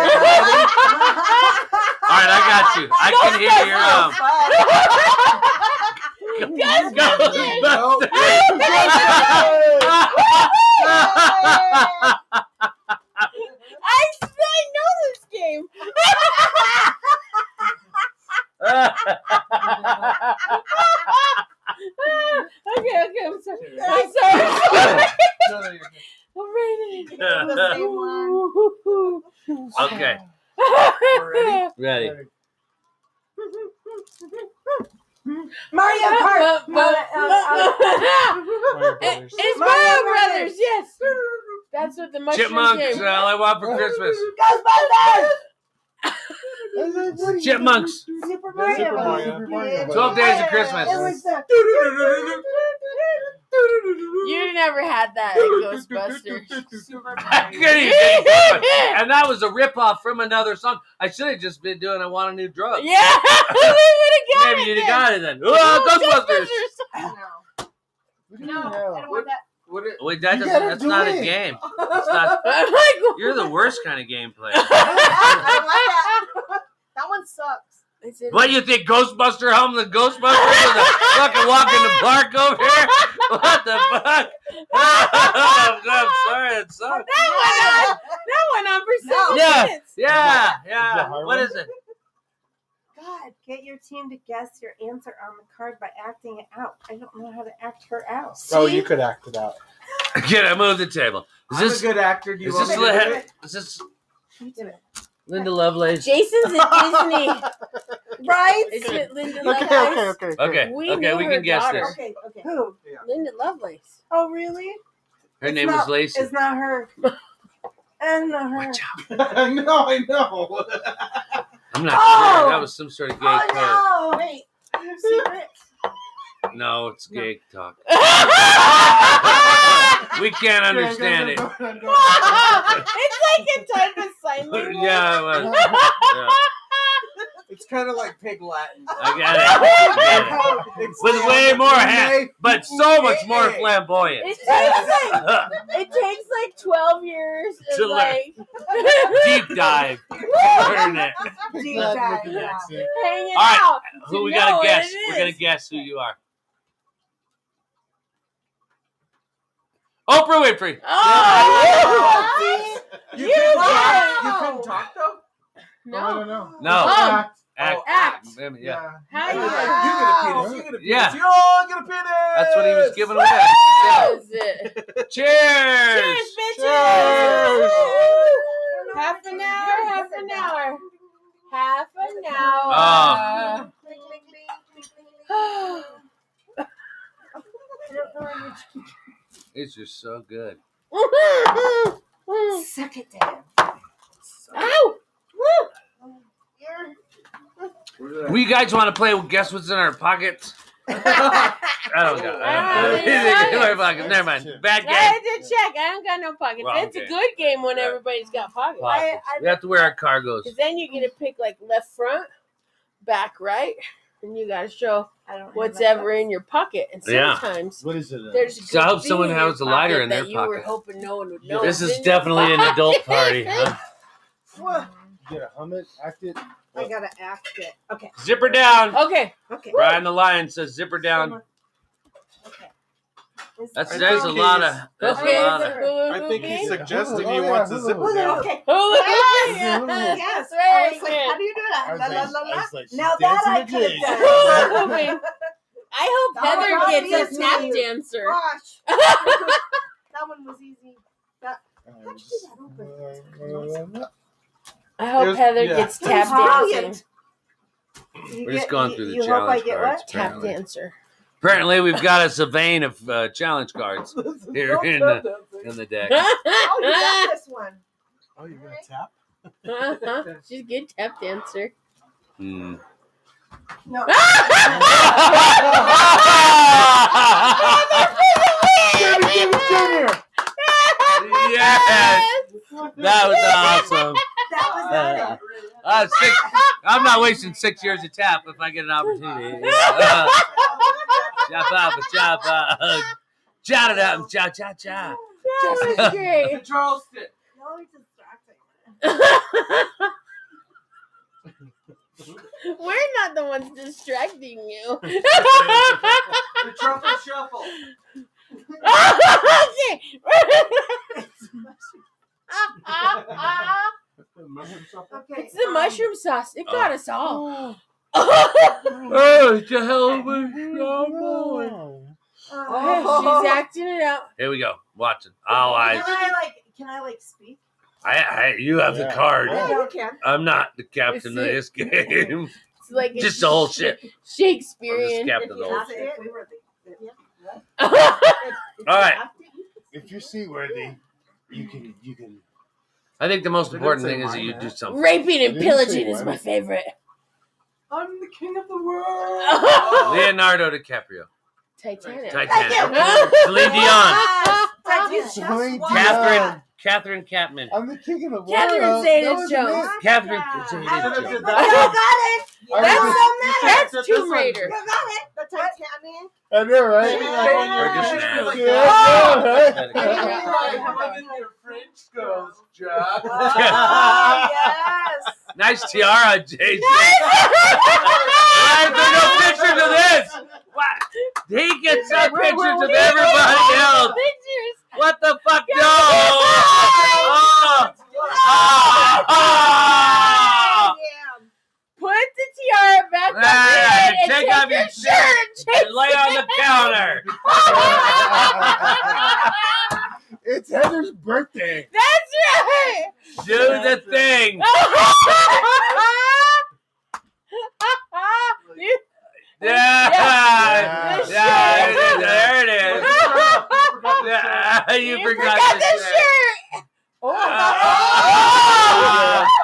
I got you. I can hear your Oh, um. I, I know this game. okay, okay, I'm sorry. I'm sorry. I'm sorry. I'm ready. Okay. Ready. Mario Kart. But- but- Mario It- It's Mario Brothers, yes. That's what the mushroom Chipmunks. game. uh, All I want for Christmas. Ghostbusters. Chipmunks. Super Mario. Super Mario. Super Mario. 12 days of Christmas. It was the. You never had that at Ghostbusters. Good evening. and that was a ripoff from another song. I should have just been doing I Want a New Drug. yeah, we would have got Maybe it. you'd then. have got it then. Oh, Ghostbusters. No, I don't want that. Wait, that You doesn't, gotta that's do not a it. game. It's not, I'm like, you're the worst kind of gameplay. I like that. That one sucks. What you think, Ghostbuster home the Ghostbusters with a fucking walk in the park over here? What the fuck? I'm sorry, it sucks. That went on. That went on for seven Yeah, minutes. yeah, Is that yeah. hard What one? is it? God, get your team to guess your answer on the card by acting it out. I don't know how to act her out. Oh, you could act it out. Get I move the table. Is I'm a this good actor. Do you is want this me to do le- it? is this You did it. Linda Lovelace. Jason's at Disney. Right? It's at Linda Okay, Lovelace. okay, okay, okay. Okay, We okay, knew we her can guess daughter. this. Okay, okay. Who? Linda Lovelace. Oh, really? Her It's name not- was Lacey. It's not her. And not her. Watch out. no, I know. I'm not Oh! sure. That was some sort of gay talk. Oh, no. Wait. Secret. No, it's gay talk. we can't understand it. it's like a type of sign language. Yeah, it was. Yeah, It's kind of like pig Latin. I got it. I got it. It's With way more hat, but so much more flamboyant. It takes like it takes like twelve years To and learn. like Deep dive. Learn it. Deep Glad dive, we can yeah. accent. hanging All right, out. Who to we know gotta what guess? it We're gonna is. guess who you are. Oprah Winfrey. Oh, You You couldn't wow. talk- you couldn't talk though? No. Um, I don't know. No. Oh. ah, Act. act. Yeah. yeah. How You're you gonna penis. You're gonna penis. Yeah. You're all gonna penis. That's what he was giving away. That was it. Cheers. Cheers, bitches. Half an hour. Half an hour. Half an hour. It's just so good. Suck it down. Ow! We guys want to play Guess What's in Our Pockets? I don't know. I don't know. I don't In my pockets. Never mind. Bad I game. had to check. I don't got no pockets. Wrong That's game. a good game when everybody's got pockets. Pockets. We have to wear our cargos. Because then you get to pick like left front, back right, and you got to show what's ever in your pocket. And Yeah. sometimes What is it? uh, there's a So I good hope thing someone in your has a lighter pocket in their that You were pocket. hoping no one would know. this was is in your definitely an adult party. Huh? What? Get a hum it, act it. I gotta act it. Okay. Zipper down. Okay. Okay. Brian the Lion says zipper down. That's there's a lot of that's Okay, a lot it's of a good I think he's game. suggesting Oh, he wants a zipper down. Okay. Oh, yes. yes. Yes. I Very was like, how do you do that? La, la, la, la. now that I dancing could've again. Oh, done. I hope That Heather one was gets a easy. snap dancer. Gosh. that one was easy. That, how'd you do that Uh, open? I hope Heather yeah. gets That tap was brilliant. dancing. You We're just get- going you- through the you hope I challenge get cards. what? Tap Apparently. dancer. apparently we've got us a vein of uh, challenge cards here in the in the deck. oh, you got this one. Oh, you're gonna tap? Uh-huh. She's a good tap dancer. Hmm. No. yes, that was awesome. That was Uh, uh, six, I'm not wasting six years of tap if I get an opportunity. Uh, chop up, chop up, chop it up, chop, chop, chop. That was Uh. great. Charleston. No, it's distracting. We're not the ones distracting you. The trumpet shuffle. it's the mushroom sauce. It uh, got us all. Oh, the hell with trouble. Oh, she's acting it out. Here we go. Watching. All eyes. Can um, I like? Can I like speak? I, I, you have the card. I know I can. I'm not the captain of this game. It's like a Just the whole shit. I'm Shakespearean. just captain of the whole That's it. We were the. Yeah. All right. If you're seaworthy, you can you can I think the most They didn't important say thing is that mine, you huh? do something. Raping and They didn't say pillaging is why. my favorite. I'm the king of the world. Leonardo DiCaprio. Titanic. Titanic. Celine Dion. Celine Catherine. Catherine Catman. I'm the king of the world. Catherine Zeta Jones. Catherine. You got it. I That's was- so nice. That's You Tomb Raider. got it. The Titanic. I know, right? Or just an ass. Yeah, Yeah. Oh, yeah, Yeah. French girls, Jack. Yes. Nice tiara, Jason. Why is there no pictures of this? What? He gets some Where were pictures of we? everybody else. Pictures. What the fuck? No! Oh! Oh! Oh! Put the tiara back on your Hey, head and take off your shirt. And lay on the counter. It's Heather's birthday. That's right. Do the thing. you, forgot, Got the this shirt. shirt. Oh,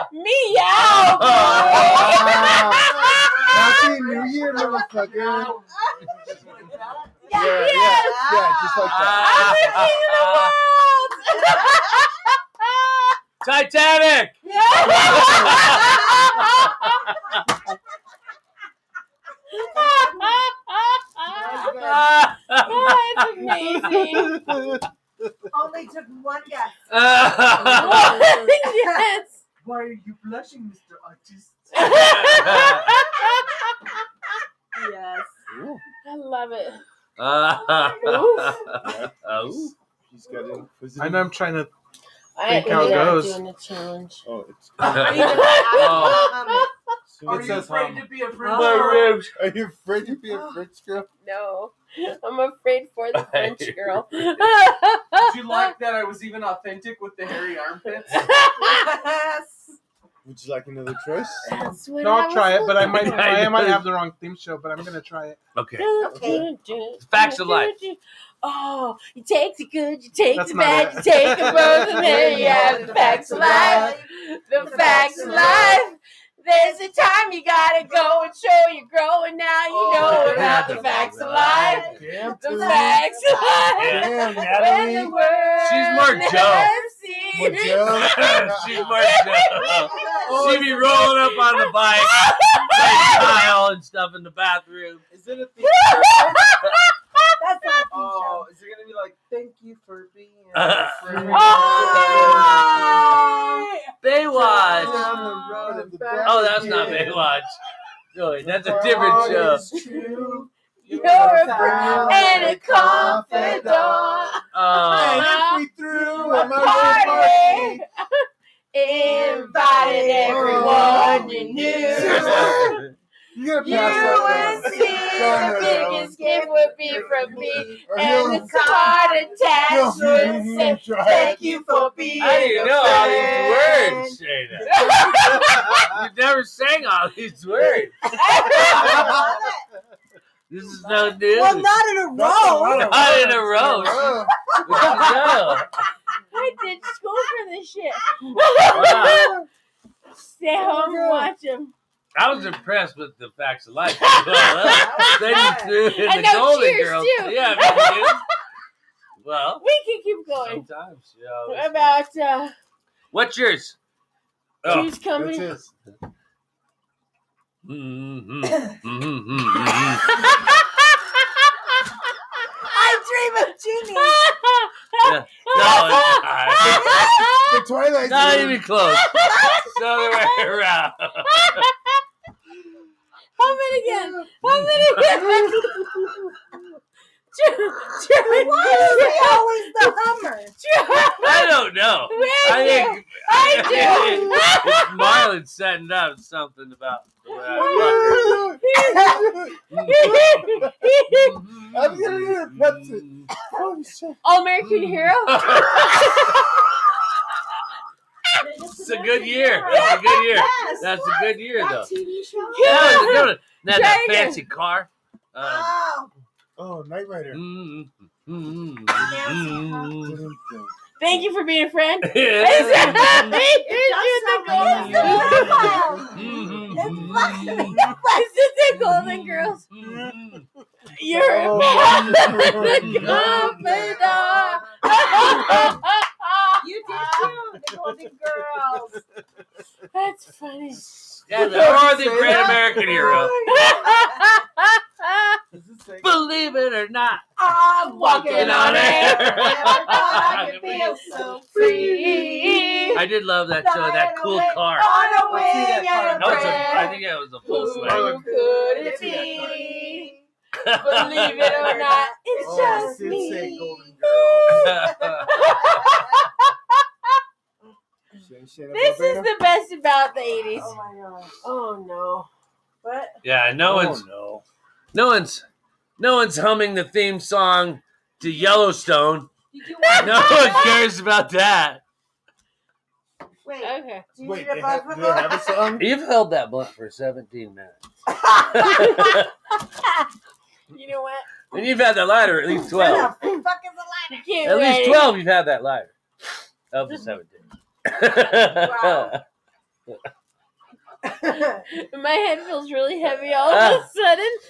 me out. Oh! Happy New Year, motherfucker. Yeah, yeah, yeah, just like that. Titanic. That's amazing. Only took one guess. yes. Why are you blushing, Mr. Artist? yes. I love it. He's got it. Was it I know I'm trying to I think how it am not goes. doing the challenge. Oh, it's. Oh. Are you um, afraid to be a French girl? Are um, you afraid to be a French girl? No, I'm afraid for the French girl. Did you like that I was even authentic with the hairy armpits? yes. Would you like another choice? That's what No, I'll try it, but I might I might know. have the wrong theme show, but I'm gonna try it. Okay. Okay. Facts of life. Oh, you take the good, you take That's the not bad, it. you take the both, and then you have the facts of life. The facts of life. There's a time you gotta go and show you're growing. Now you know about the facts of life. Damn, The facts of Yeah. life. When the world She's more never Joe. sees- She's more Joe. She be rolling up on the bike, playing tile and stuff in the bathroom. Is it a theme? oh, is it gonna be like, thank you for being a friend? Oh! Baywatch. Down the road of the Oh, that's not dead. Baywatch. Really, that's a different show. You're a friend and a confidant. Uh, we threw a party, invited everyone you Oh. knew. You You would see the biggest gift would be from me, and the card attached would say, "Thank you for being I didn't know all these a words, Shayna. friend." You never sang all these words. This is no news. Well, not in a row. Not in a row. No. I did school for this shit. Wow. Stay home and watch them. I was impressed with the facts of life. then you threw in And the no Golden Cheers, Girls. too. Yeah, I mean, it- well, We can keep going. sometimes. Yeah. About uh, What's yours? Choose company. That's Mm-hmm. Mm-hmm. Mm-hmm. I dream of genies. Yeah. No, it's not. The Twilight Not Zone. even close. It's the other way around. How many again? How many again? Why is it always the Hummer? I don't know. I think I do. it's Marlon setting up something about the way I I'm gonna get a Pepsi. Oh, shit. All American Hero. It's a good year. That's a good year. Yes. That's a good year, though. TV show? That was a good one. Not that Dragon. fancy car. mm, Um, Oh, Oh, Knight Rider. mm, Thank you for being a friend. Yeah. Is that That's You're the how golden girls. Is it the Golden Girls? You're Oh. the confidant. you did too. The Golden Girls. That's funny. yeah, or the great American hero. Believe it or not, I'm walking on I air. feel so free. I did love that show. That cool car. on a wing That and a was a, I prayer. think that was a full Who swing. could it be? Believe it or not, it's Oh, just Sid me. said Golden Shit, shit, This is Alabama. the best about the 80s. Oh my gosh. Oh no. What? yeah, no Oh, one's no one's no one's humming the theme song to Yellowstone. Did you No one cares about that. Wait. Okay. Do you Wait, need a they buzz have, do they have a song? You've held that blunt for 17 minutes. You know what? and you've had that lighter at least 12. What the fuck is a lighter? You get At ready. least 12 you've had that live. Of the seven days. My head feels really heavy all of a Ah. sudden.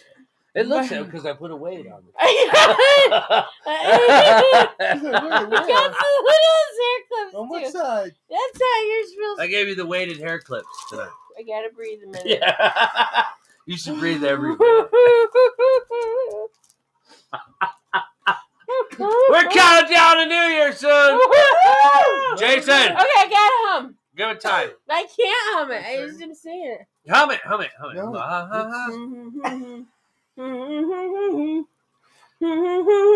It looks it because I put a weight on it. It comes with little as hair clips. On which side? That's how yours feels. I gave you the weighted hair clips tonight. I gotta breathe a minute. Yeah. you should breathe every We're counting down to New Year soon. Jason, Okay, I gotta hum. give it time. I can't hum it. I just didn't sing it. Hum it, hum it, hum it. Ah, ah, ah.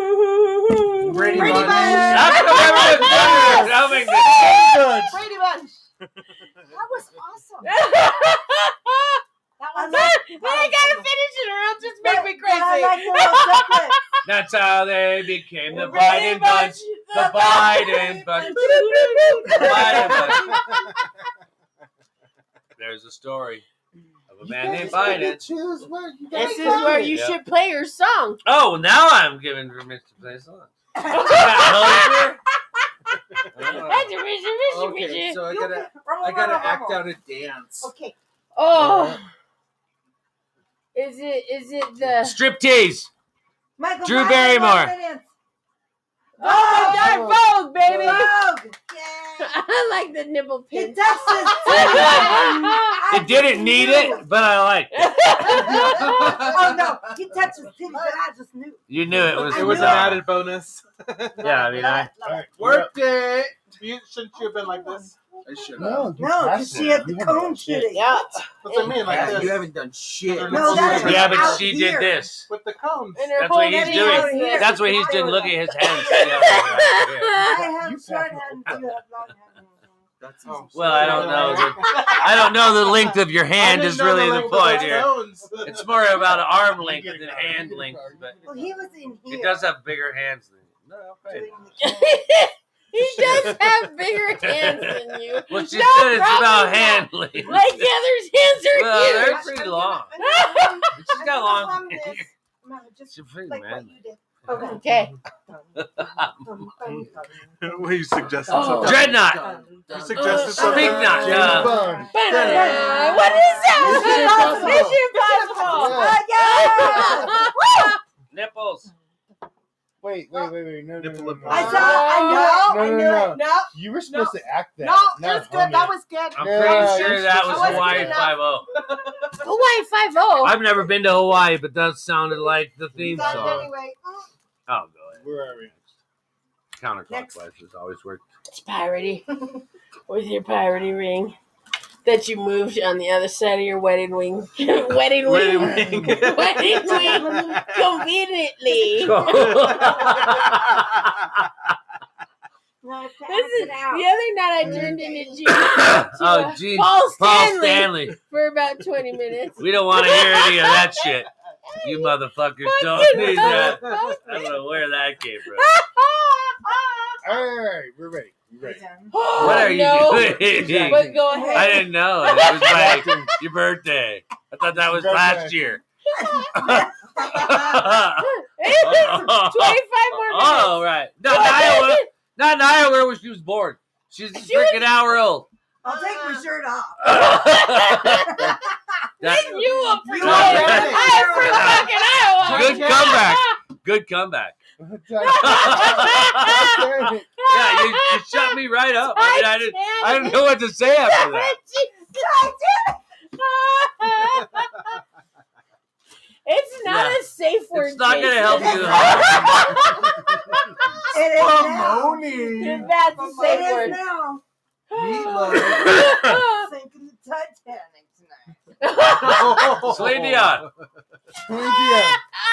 Brady Bunch. Bunch. That's what everyone's doing. They're humming this. Brady Bunch. That was awesome. That was then I gotta finish it or it'll just make me crazy. That's how they became the Brady Biden bunch. The Biden bunch. The Biden bunch. There's a story of a man named Biden. Choose where you This is gotta go. where you Yeah. should play your song. Oh, well, now I'm giving permission to play songs. Hoser? Oh. That's a vision, vision, Okay, vision. so I gotta, I gotta act out a dance. Okay. Uh-huh. Oh. Is it is it the Striptease. Michael Drew Myers, Barrymore. one minute. Oh, darn Vogue, baby! Vogue. I like the nipple pin. It didn't need it, but I liked it. oh no, he touches titties, but I just knew. You knew it was. It was an added bonus. Yeah, I mean, I. Worked it. You, shouldn't you have been like this? I should No, have. you No, 'cause she had the cone shooting. Yeah. That's what I mean, like Yeah, this. You haven't done shit. No, that is Yeah, but out she here. did this. With the cones. And That's what he's doing. That's what he's doing. Look at his hands. I have short hands. You have long That's Oh, Well, I don't know. The, I don't know the length of your hand is really the point here. It's more about uh, arm length than hand length, but Well, he was in here. it does have bigger hands than. he does have bigger hands than you. Well, she No said it's about problem. hand length. Like the other's hands are Well, huge. they're pretty long. She's got long. She's pretty manly. Okay. What are you suggesting? Oh. something? Dreadnought. You suggested Speak something. not, Uh, James uh, Bond. Ba-da-da. uh, What is that? Mission Impossible. Mission Impossible. Yeah. Oh, yeah. Woo! Nipples. Wait, wait, wait, wait. No, no, no, no, no. I saw- I know, No, I no, knew no. it. No. You were supposed to act that. No, not it's good. That hum was good. I'm Yeah, pretty sure you that should- was I wasn't Hawaii enough. Five O. Hawaii Five oh. O. I've never been to Hawaii, but that sounded like the theme But song. anyway, Oh, go ahead. Where are we? Counterclockwise has always worked. It's piratey. With your piratey ring that you moved on the other side of your wedding wing. wedding wing. Wedding wing. wedding wing. Conveniently. no, it's to This is, act it the out. other night I turned into G. to, oh, uh, gee. Paul Paul Stanley. Stanley. for about 20 minutes. We don't want to hear any of that shit. You motherfuckers don't need that. I don't know where that came from. All right, all right, we're ready. We're ready. What are no. you doing? But go ahead. I didn't know. It was like your birthday. I thought that was last year. It's 25 more minutes. Oh, right. Not in Iowa. Not in Iowa where she was born. She's a freaking hour old. I'll take my shirt off. That- You up for You that? for up that? I am from fucking Iowa. good comeback. Good comeback. yeah, you, you shut me right up. I, mean, I, didn't, I didn't know what to say after that. It's not Yeah. a safe word. It's not going to Jason. help you. It is Oh, now. That's a It safe is word. now. Sinking the Titanic tonight. Celine Dion.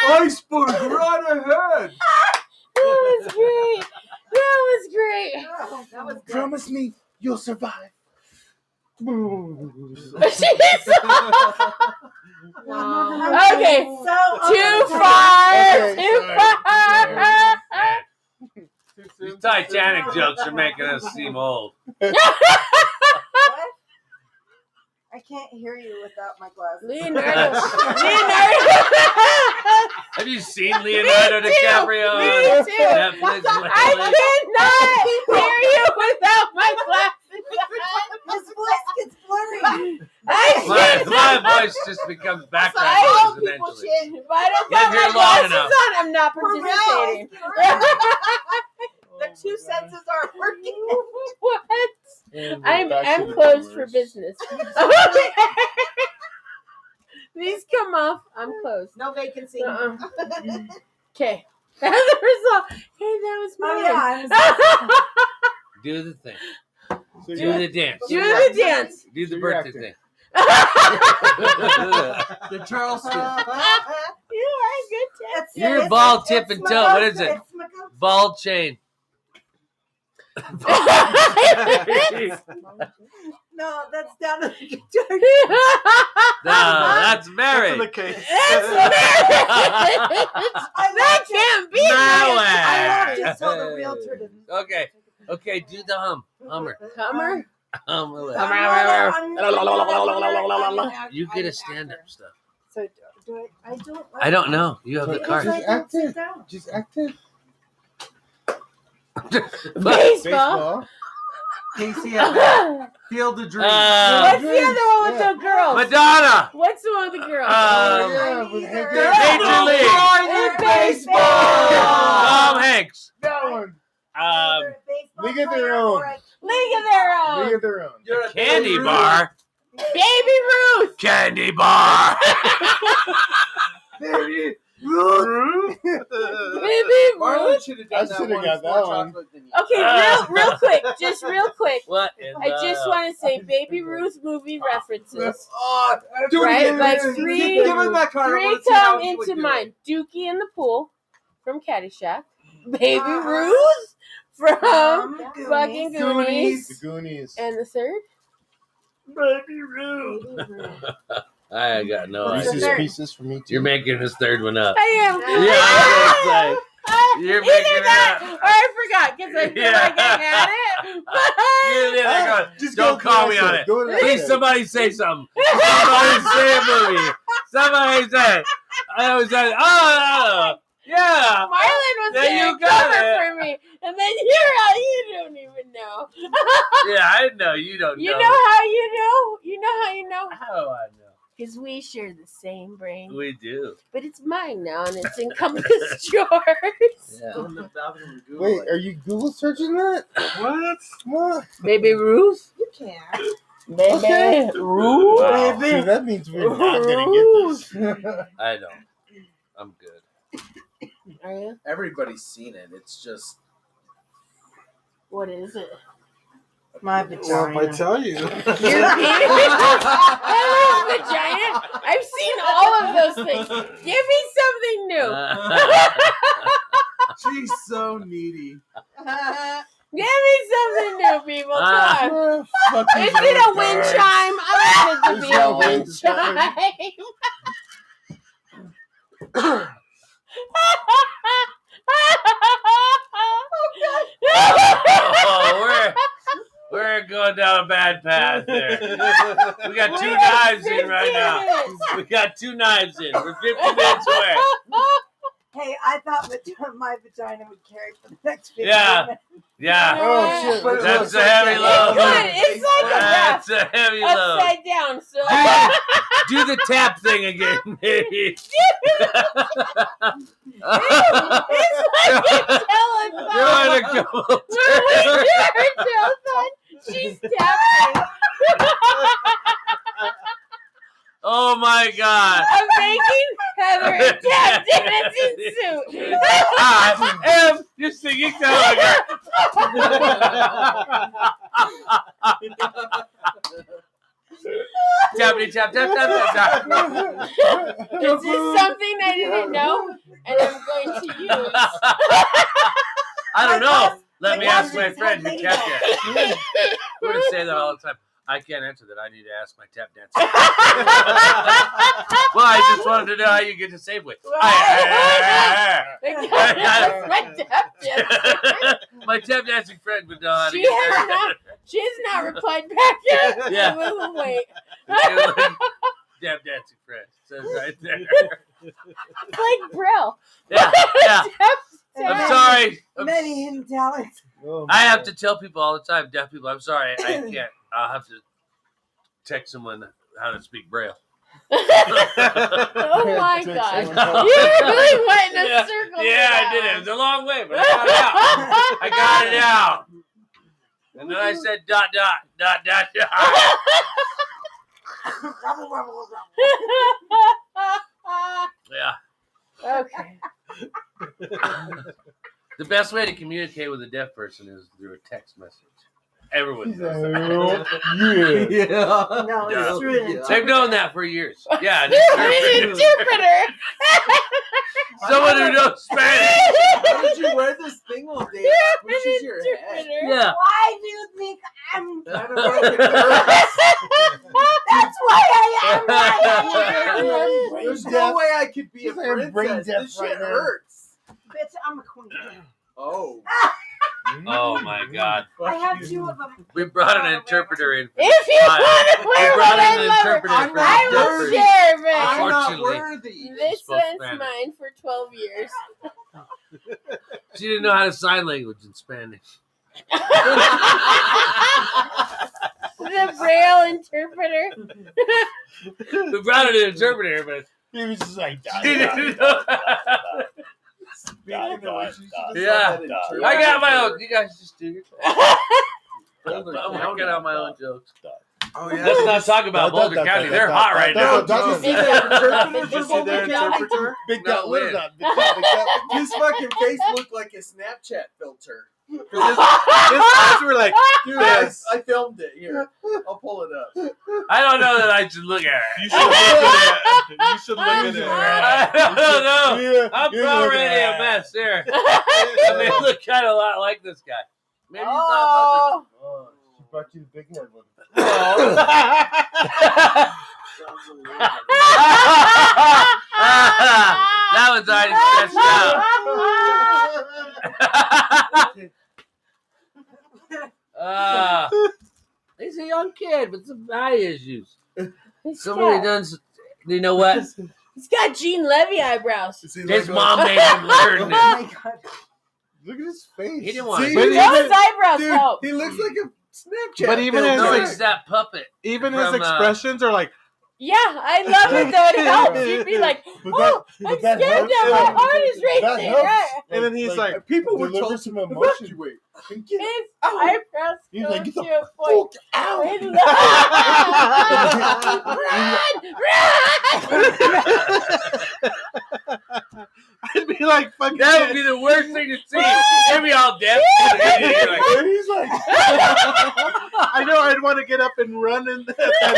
Iceberg right ahead. That was great. That was great. Oh, that was good. Promise me you'll survive. Okay. Too So okay. far. Okay, Too sorry. far. These Titanic jokes are making us seem old. I can't hear you without my glasses. Leonardo. Leonardo. Have you seen Leonardo Me too, DiCaprio? me on too. Netflix? I cannot hear you without my glasses. His voice gets blurry. My, I my voice just becomes background I noise hate people eventually. shit. If I don't Live put my here long glasses enough. on, I'm not participating. the two senses are working. what? And we're I'm back to I'm the closed for boomers. business. These come off. I'm closed. No vacancy. Uh-uh. Okay. That's the result. Hey, that was Oh, mine. yeah, Do the thing. So Do you're- the dance. Do the dance. Do the birthday thing. The Charleston. you are a good dancer. You're ball tip and toe. What is it? Ball chain. No, that's down to the No, that's marriage. that can't be. Now I love what? just how the realtor didn't. Okay. Okay, do the hum. Hummer. Hummer? Hummer. You get a stand up stuff. So do I, I don't. I don't know. You have the card. Just act it. Just act it. Baseball. Um, KCFF. Field of Dreams. Uh, What's the other one with Yeah. the girls? Madonna. What's the one with the girls? Um, Yeah, with Hank Aaron. Major League. baseball. Tom Hanks. That one. Um, League of Their Own. League of Their Own. League of Their Own. candy bar. Baby Ruth. Candy bar. Baby Ruth. Uh, Baby Ruth. should have done that one. got that one. Okay, real, real quick, just real quick. What? I just want to say, Baby Ruth movie references. Oh, do it right? again. Like Give three, him that card. I three wanna see how come he would into do mine. Dookie in the pool from Caddyshack. Baby Ruth Uh-huh. from fucking it. Goonies. The Goonies. And the third? Baby Ruth. Mm-hmm. Oh, I got no Reese's idea. Pieces for me You're making this third one up. I am. Yeah, I was like, you're Either making it that up. or I forgot because I feel Yeah. like I had it. You're But there, like, Ah, uh, just don't go call me faster. on it. Go faster. Please, somebody say something. Somebody say a movie. Somebody say. it. I was like, oh, yeah. Marlon was Yeah, there you got cover it. for me. And then you're out. You don't even know. Yeah, I know you don't You know. know how you know? You know how you know? How I know. Because we share the same brain. We do. But it's mine now and it's encompassed yours. Yeah. Wait, are you Google searching that? What? What? Baby Ruth? You can. Baby Okay. Ruth? Wow. See, that means we're not gonna get this. I don't. I'm good. Are you? Everybody's seen it. It's just What is it? My Well, if I vagina. tell you. Your penis? I love vagina. I've seen all of those things. Give me something Uh, new. She's so needy. Give me something new, people. Come on. Ah, fuck Is these Uh, it a other wind guys. chime? I want it to There's be a no wind wind chime. chime. Oh, we're we're going down a bad path there. We got two We're at knives in right 50 now. minutes. We got two knives in. We're 50 minutes away. Hey, I thought vag- my vagina would carry for the next 15 Yeah. minutes. Yeah. Oh shit! But That's a heavy It's good. load. It's like a wrap That's a heavy load. upside down. So Do the, do the tap thing again, baby. You're it's like a on a telephone. couple When we do her telephone, she's tapping. Oh my god. I'm making Heather a tap dance in suit. I am your Ah, singing telegram. Tappity tap tap tap tap tap. This is something I didn't know, and I'm going to use. I don't know. Let My me ask cousin's my friend who having tapped that. that. We're gonna say that all the time. I can't answer that. I need to ask my tap dancer. well, I just wanted to know how you get to Safeway. Like, my tap dancer. my tap dancing friend would know how to She get has there. not. She has not replied back yet. Yeah. I will wait. Tap dancing friend. It says right there. like Brill. Yeah, yeah. Many- I'm sorry. I'm Many hidden talents. I have to tell people all the time, deaf people, I'm sorry, I can't. I'll have to text someone how to speak Braille. Oh my Text god. You someone how to- really went in a Yeah. circle. Yeah, I did it. It was a long way, but I got it out. I got it out. And then I said dot dot dot dot dot. Yeah. okay. The best way to communicate with a deaf person is through a text message. Everyone knows Hell that. yeah. No, it's Yeah. true. It's They've true. known that for years. Yeah. It's an interpreter. Someone who knows Spanish. Why did you wear this thing all day? Which is your head? Yeah. Why do you think I'm? I don't know if it hurts. That's why I am. There's no way I could be a princess. this shit hurts. Bitch, I'm a queen. Oh. Oh my god. I have two of them. We brought an interpreter in. for If you this time. want to wear we one, brought I in an love it. interpreter for I the will deaf share, person. man. Unfortunately, This spoke one's Spanish. mine for 12 years. she didn't know how to sign language in Spanish. The braille interpreter. We brought in an interpreter, but He was just like, she didn't know. Speaking of which, you should just Yeah, have that interpreter. I got my own. You guys just do your. Boulder I'm County. working on my own jokes. Oh, Let's not talk about Boulder County. They're hot right now. Did you see their interpreter Did you for see Boulder their County? interpreter? Big No, dot, little when? dot, big dot, big dot. His fucking face looked like a Snapchat filter. 'Cause His eyes were like, this- dude, I, I filmed it here. I'll pull it up. I don't know that I should look at it. you should look at it. You should look at I it. don't know. Yeah, I'm you look at already a it. mess here. I mean, I look kind of a lot like this guy. Maybe he's not Oh, Oh, she brought you the big one. Oh. that one's already stretched out. Ah, he's a young kid with some eye issues. Somebody got- done. s- You know what? he's got Gene Levy eyebrows. His mom made him learn it. Oh my god. Look at his face. He didn't want See, to. but do even- that. Those eyebrows Dude, help. he looks like a Snapchat But even filter. his No, like, he's that puppet. even from, his uh, expressions are like, Yeah, I love it though. It helps. You'd be like, But oh, that- I'm but that scared now. helps, My though. heart is That racing. helps. Right. and then he's like, people were deliver told some to emotion. evacuate. His eyebrows Oh. He's go like, "Get the to a point. His- run, run. I'd be like, fucking. That would be the worst thing to see. It'd be all deaf. And he's like, I know I'd want to get up and run in that, that instant,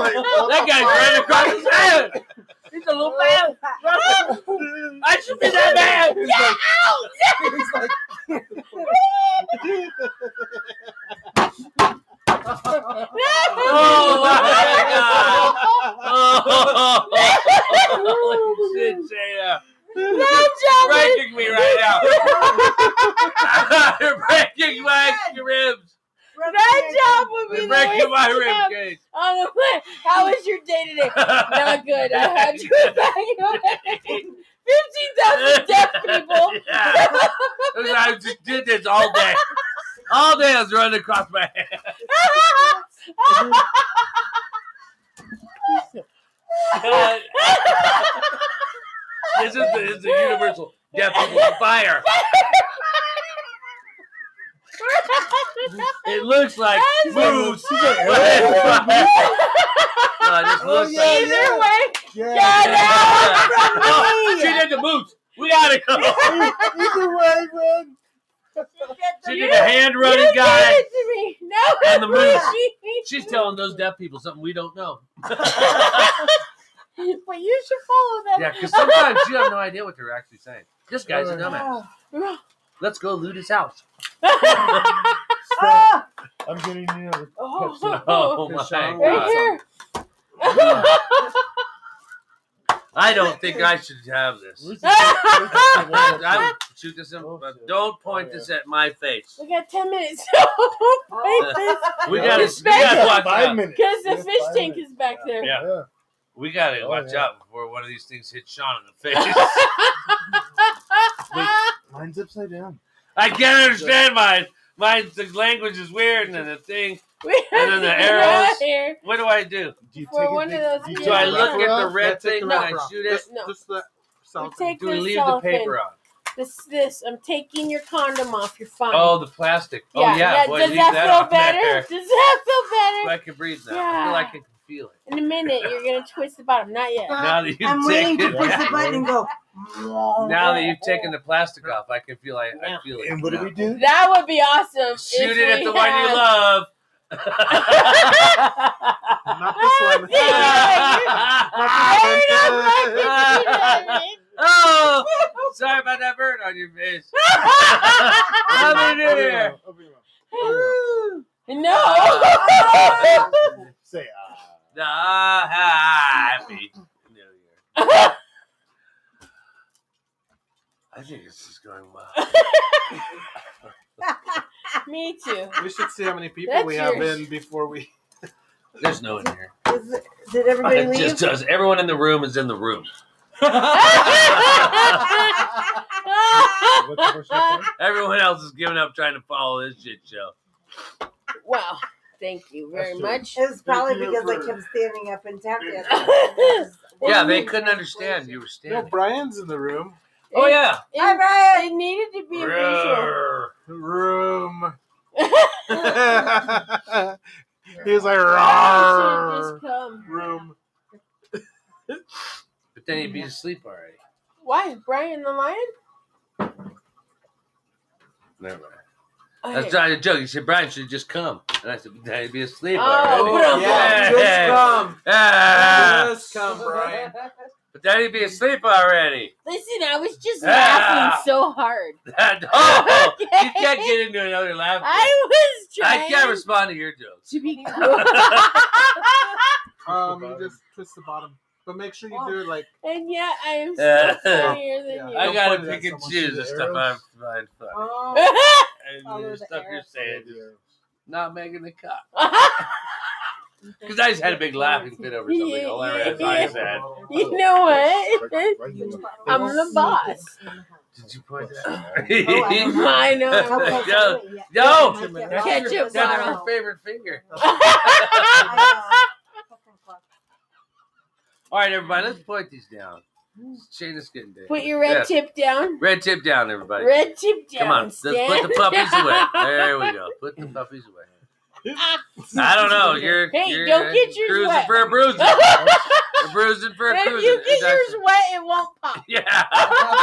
like, what that the guy's fuck? right across the island. He's a little man. Oh I should be that man. he's like, Oh my god. Oh, holy shit, Jada. Run, Breaking me right now. You're breaking my ribs. That job would be You're the breaking my worst job rib cage. on the planet. How was your day today? Not good. I had to evacuate 15,000 deaf people. Yeah. I just did this all day. All day I was running across my head. God. this is the, this is the universal deaf people fire. It looks like he's like, moose. he's like, but it's "Oh, fire. No, it just Oh, looks yeah, like. Either way, yeah, get out from Oh, she did the moose. We gotta go. Either way, man. She did the hand running you guy. Gave it to me. No, And the moose. me. She's telling those deaf people something we don't know. But you should follow them. yeah, because sometimes you have no idea what they're actually saying. This guy's a dumbass. Oh. Let's go loot his house. Stop. I'm getting you another Pepsi. Oh my Right god. here. I don't think I should have this. Where's this- where's this one? I would shoot this in, but don't point Oh, yeah. this at my face. We got 10 minutes. We gotta, we Respect gotta it. watch Five out. minutes. Because the Yes, fish five tank minutes. is back there. Yeah. We gotta Oh, watch yeah. out before one of these things hits Sean in the face. Mine's upside down. I can't understand mine. Mine the language is weird and then the thing We and then have the to go arrows. here. What do I do? Do, For take a one of big- those do you I take look the at the rough? red That's it, thing and the I rough rock. shoot it? No. Just uh, the We take do we this leave the off paper and- on? This, this. I'm taking your condom off. You're fine. Oh, the plastic. Oh yeah. Boy, does leave that, feel on better? there. Does that feel So better? I can breathe now. I feel Yeah. like I can feel it. In a minute, you're gonna twist the bottom. Not yet. Uh, Now that you've I'm willing to taken push that- the button and go. Now that you've taken the plastic off, I can feel I, I feel it. And what do we do? That would be awesome. Shoot if it at we the one you had- love. Not this one. oh, sorry about that burn on your face. I'm in here. No. Say uh, ah. happy New Year. I think this is going well. Me too. We should see how many people we That's have yours. in before we. There's no in here. Did everybody It leave? just does. Everyone in the room is in the room. Everyone else is giving up trying to follow this shit show. Wow. Thank you very much. It was probably you because I for- kept standing up and tapping. Yeah, they couldn't understand. You were standing. No, Brian's in the room. Oh yeah. Hi, Brian. It needed to be a visual. Roar. Room. he was like, "Rawr." room. But then he'd be asleep already. Why, Brian the Lion? Never mind. Okay. That's not a joke. You said Brian should just come, and I said then he'd be asleep Oh, already. put him Yeah. down. Just Yeah. come. Yeah. Just come, Brian. But then he'd be asleep already. Listen, I was just Ah. laughing so hard. That- oh, Okay. you can't get into another laugh. I was trying I can't respond to your jokes. to be cool. Um, you just twist the bottom, but make sure you do it like. and yet I am Uh, so funnier than you. I gotta Don't point pick it at and someone. choose the See the stuff I'm arrows? fine funny. oh. Follow And the the stuff you're arrows. saying is not making the cut. Because I just had a big laughing fit over something hilarious I said. You Oh, know what? I'm the boss. Did you point that Oh, I know. I no, know. no. That's Ketchup your, that's your bottle. favorite finger. uh, All right, everybody, let's point these down. Shayna's getting down. Put your red Yes. tip down. Red tip down, everybody. Red tip down. Come on, let's put the puppies Stan. away. There we go. Put the puppies away. I don't know. You're Hey, you're, don't uh, get yours cruising wet. for a bruising. you're bruising for a But if cruising. you get That's- yours wet, it won't pop. yeah,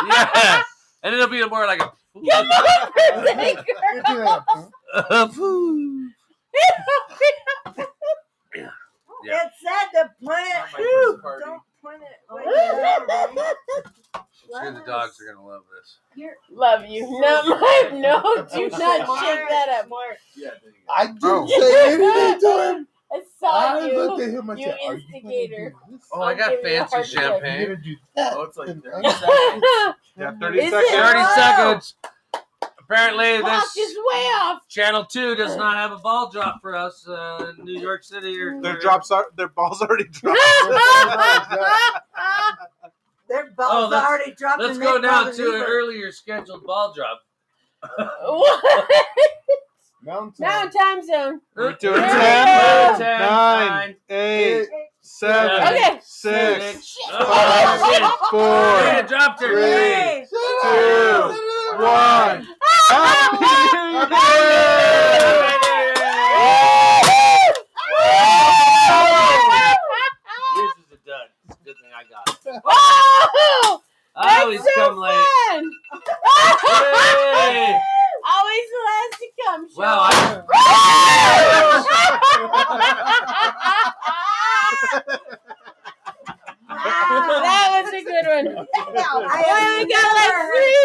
yeah, and it'll be more like a. Come on, birthday girl. Yeah. It's sad to plant. Not my first party. Don't plant it. I'm sure the dogs are gonna love this. Love you. Not my no, Oh, do not shake that up. Yeah. I didn't say anything to him. I saw I you. looked at him, I you said, "Are you instigator. Oh, I got giving you a fancy hard look. champagne. You're Oh, it's like thirty Yeah, Is it Thirty low? seconds. Apparently, Walk this is way off. Channel Two does not have a ball drop for us uh, in New York City. Or Their drops are their balls already dropped. Their balls Oh, are let's, already dropped. let's and go they now probably to leave an it. earlier scheduled ball drop. Now time zone. We're doing There 10, we go. 10, 9, 8, 7, Okay. 6, Shit. 5, Yeah, 4, it dropped her. 3, Yay. 2, 1. Ah, Yours is a dud. It's a good thing I got. it. Oh, I always come late. fun. Hey. Always the last to come. Sean. Wow, I, that was a good one. Oh I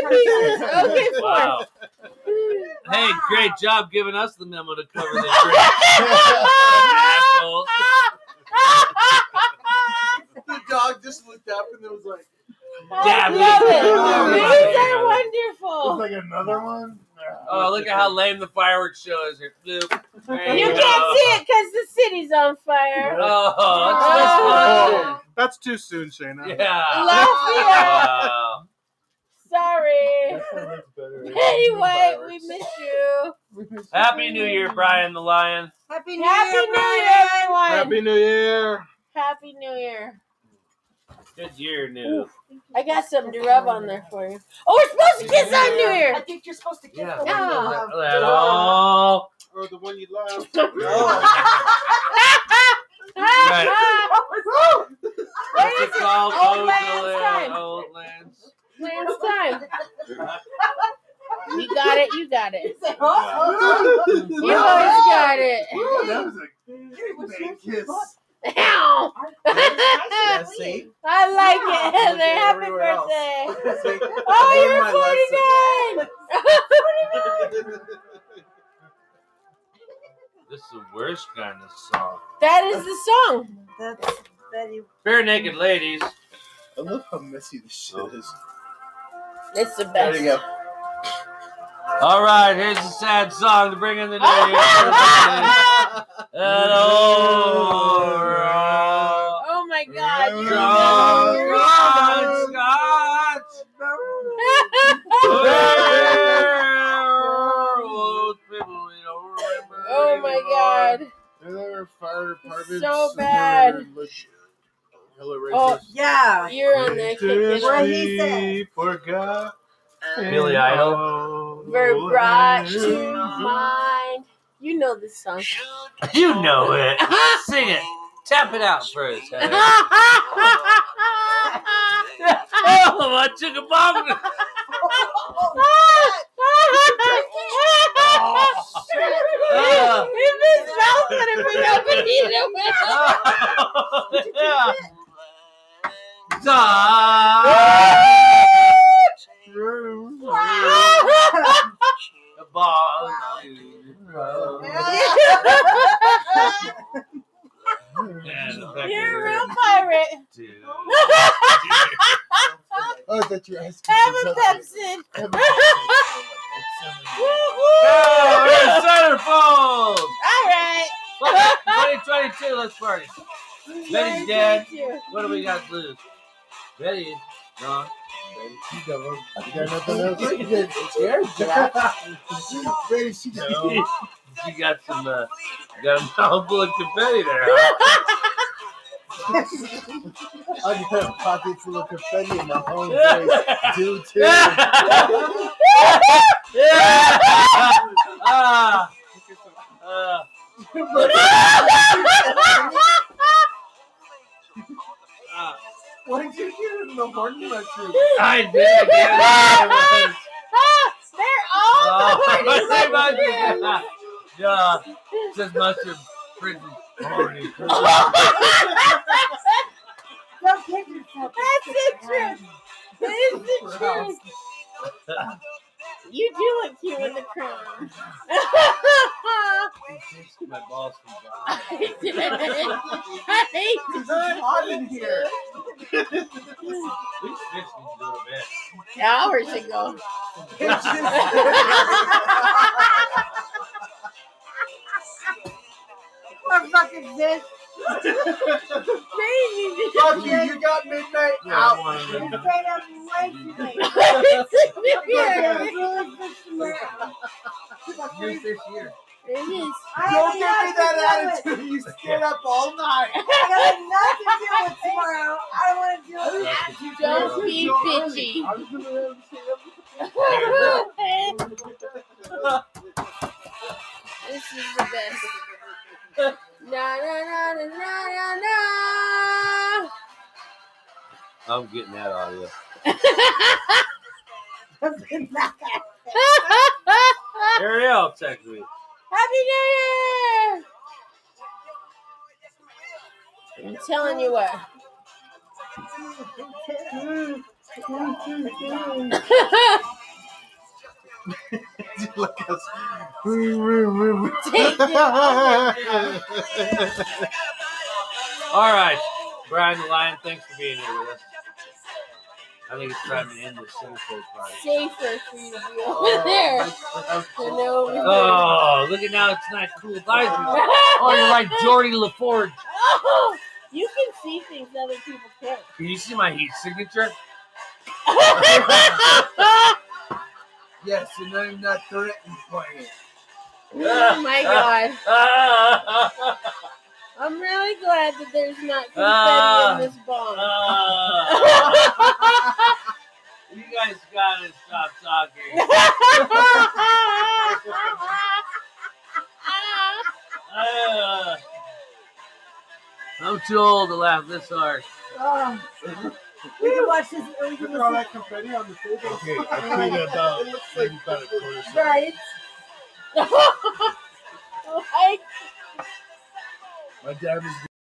only got like three pieces. Okay, four. wow. Hey, great job giving us the memo to cover this. Assholes. The dog just looked up and it was like, I Damn love it. it. These are It's wonderful. like another one. Oh, look at how lame the fireworks show is here. Bloop. Uh, There You go. can't see it because the city's on fire. Oh, That's too soon, Shayna. Yeah. Wow. Sorry. anyway, we miss you. Happy New Year, Brian the Lion. Happy New Year, everyone. New Year. Happy New Year. Good year, new. I got something to rub on there for you. Oh, we're supposed to kiss on New Year. I think you're supposed to kiss Yeah. on Look New Year. uh, at that all. Or the one you love. What's it called? Old Old Lance Land. time. Old Lance. Lance time. You got it. You got it. You always got it. Ooh, that was a big kiss. uh, Ow. Yeah, see? I like it, Yeah, Heather. look at Happy everywhere else. birthday. oh, you're 49. 49. This is the worst kind of song. That is the song. That's Betty. Bare naked ladies. I love how messy this shit is. It's the Oh. There best. you go. All right, here's a sad song to bring in the new year. That old rock Oh my god. you're Rock, you're rock, Old people, you know, remember Oh my god. There were fire departments. So and there bad. were leg- Hello, right Oh, yeah. You're on the This kick. we forgot. Billy Idol. Verb brought to mind. You know this song. You know it. Sing it. Tap it out first. Heather. oh, I took a bomb. Uh. If his mouth would have been open, he'd have been- yeah. The bomb. You're a real pirate. Oh, I thought you were asking. Have a Pepsi. Oh, we're centerfold. All right. Fuck it, 2022, let's party. Betty's dead. What do we got to lose? Betty, gone. She doubled. You got nothing else? You did. Betty, she No. you got some, uh, you got a mouthful of confetti there. I got a pocket full of confetti in my own face. Do too. Ah. Ah. Ah. What did you hear in the horn lecture? I did it again. Ah, it was- They're all Oh, the what's that party about? Yeah, it says mustard. Pretty horny. Don't give yourself. That's the truth. That is the truth. You do look cute in the crown. My balls can go. I hate It's hot in here. We just fixed these little bits. hours ago. What fucking dish? Fuck you, you got midnight Yeah, I out. wanted You them. stayed up way too late. New fish year. Don't give me I that have nothing to do with- attitude. You stayed up all night. I have nothing to do with tomorrow. I want to do it. Don't be bitchy. this is the best. Na na na na na na na. I'm getting that audio. Ariel texted me. Happy New Year! I'm telling you what. Look at us. Take All right, Brian the Lion, thanks for being here with us. I think it's time to end this cemetery party. safer for you to be over there. You know, over Oh, look at now, it's not cool. Guys, oh, you're right, Jordy LaForge. Oh, you can see things other people can't. Can you see my heat signature? Yes, and I'm not threatened by it. Oh my god. god. I'm really glad that there's not confetti Ah. in this bomb. you guys gotta stop talking. Ah. I'm too old to laugh this hard. Oh. We can watch this. We can Look at listen. all that confetti on the table. Okay, I think about- it looks like Right. Like, My dad was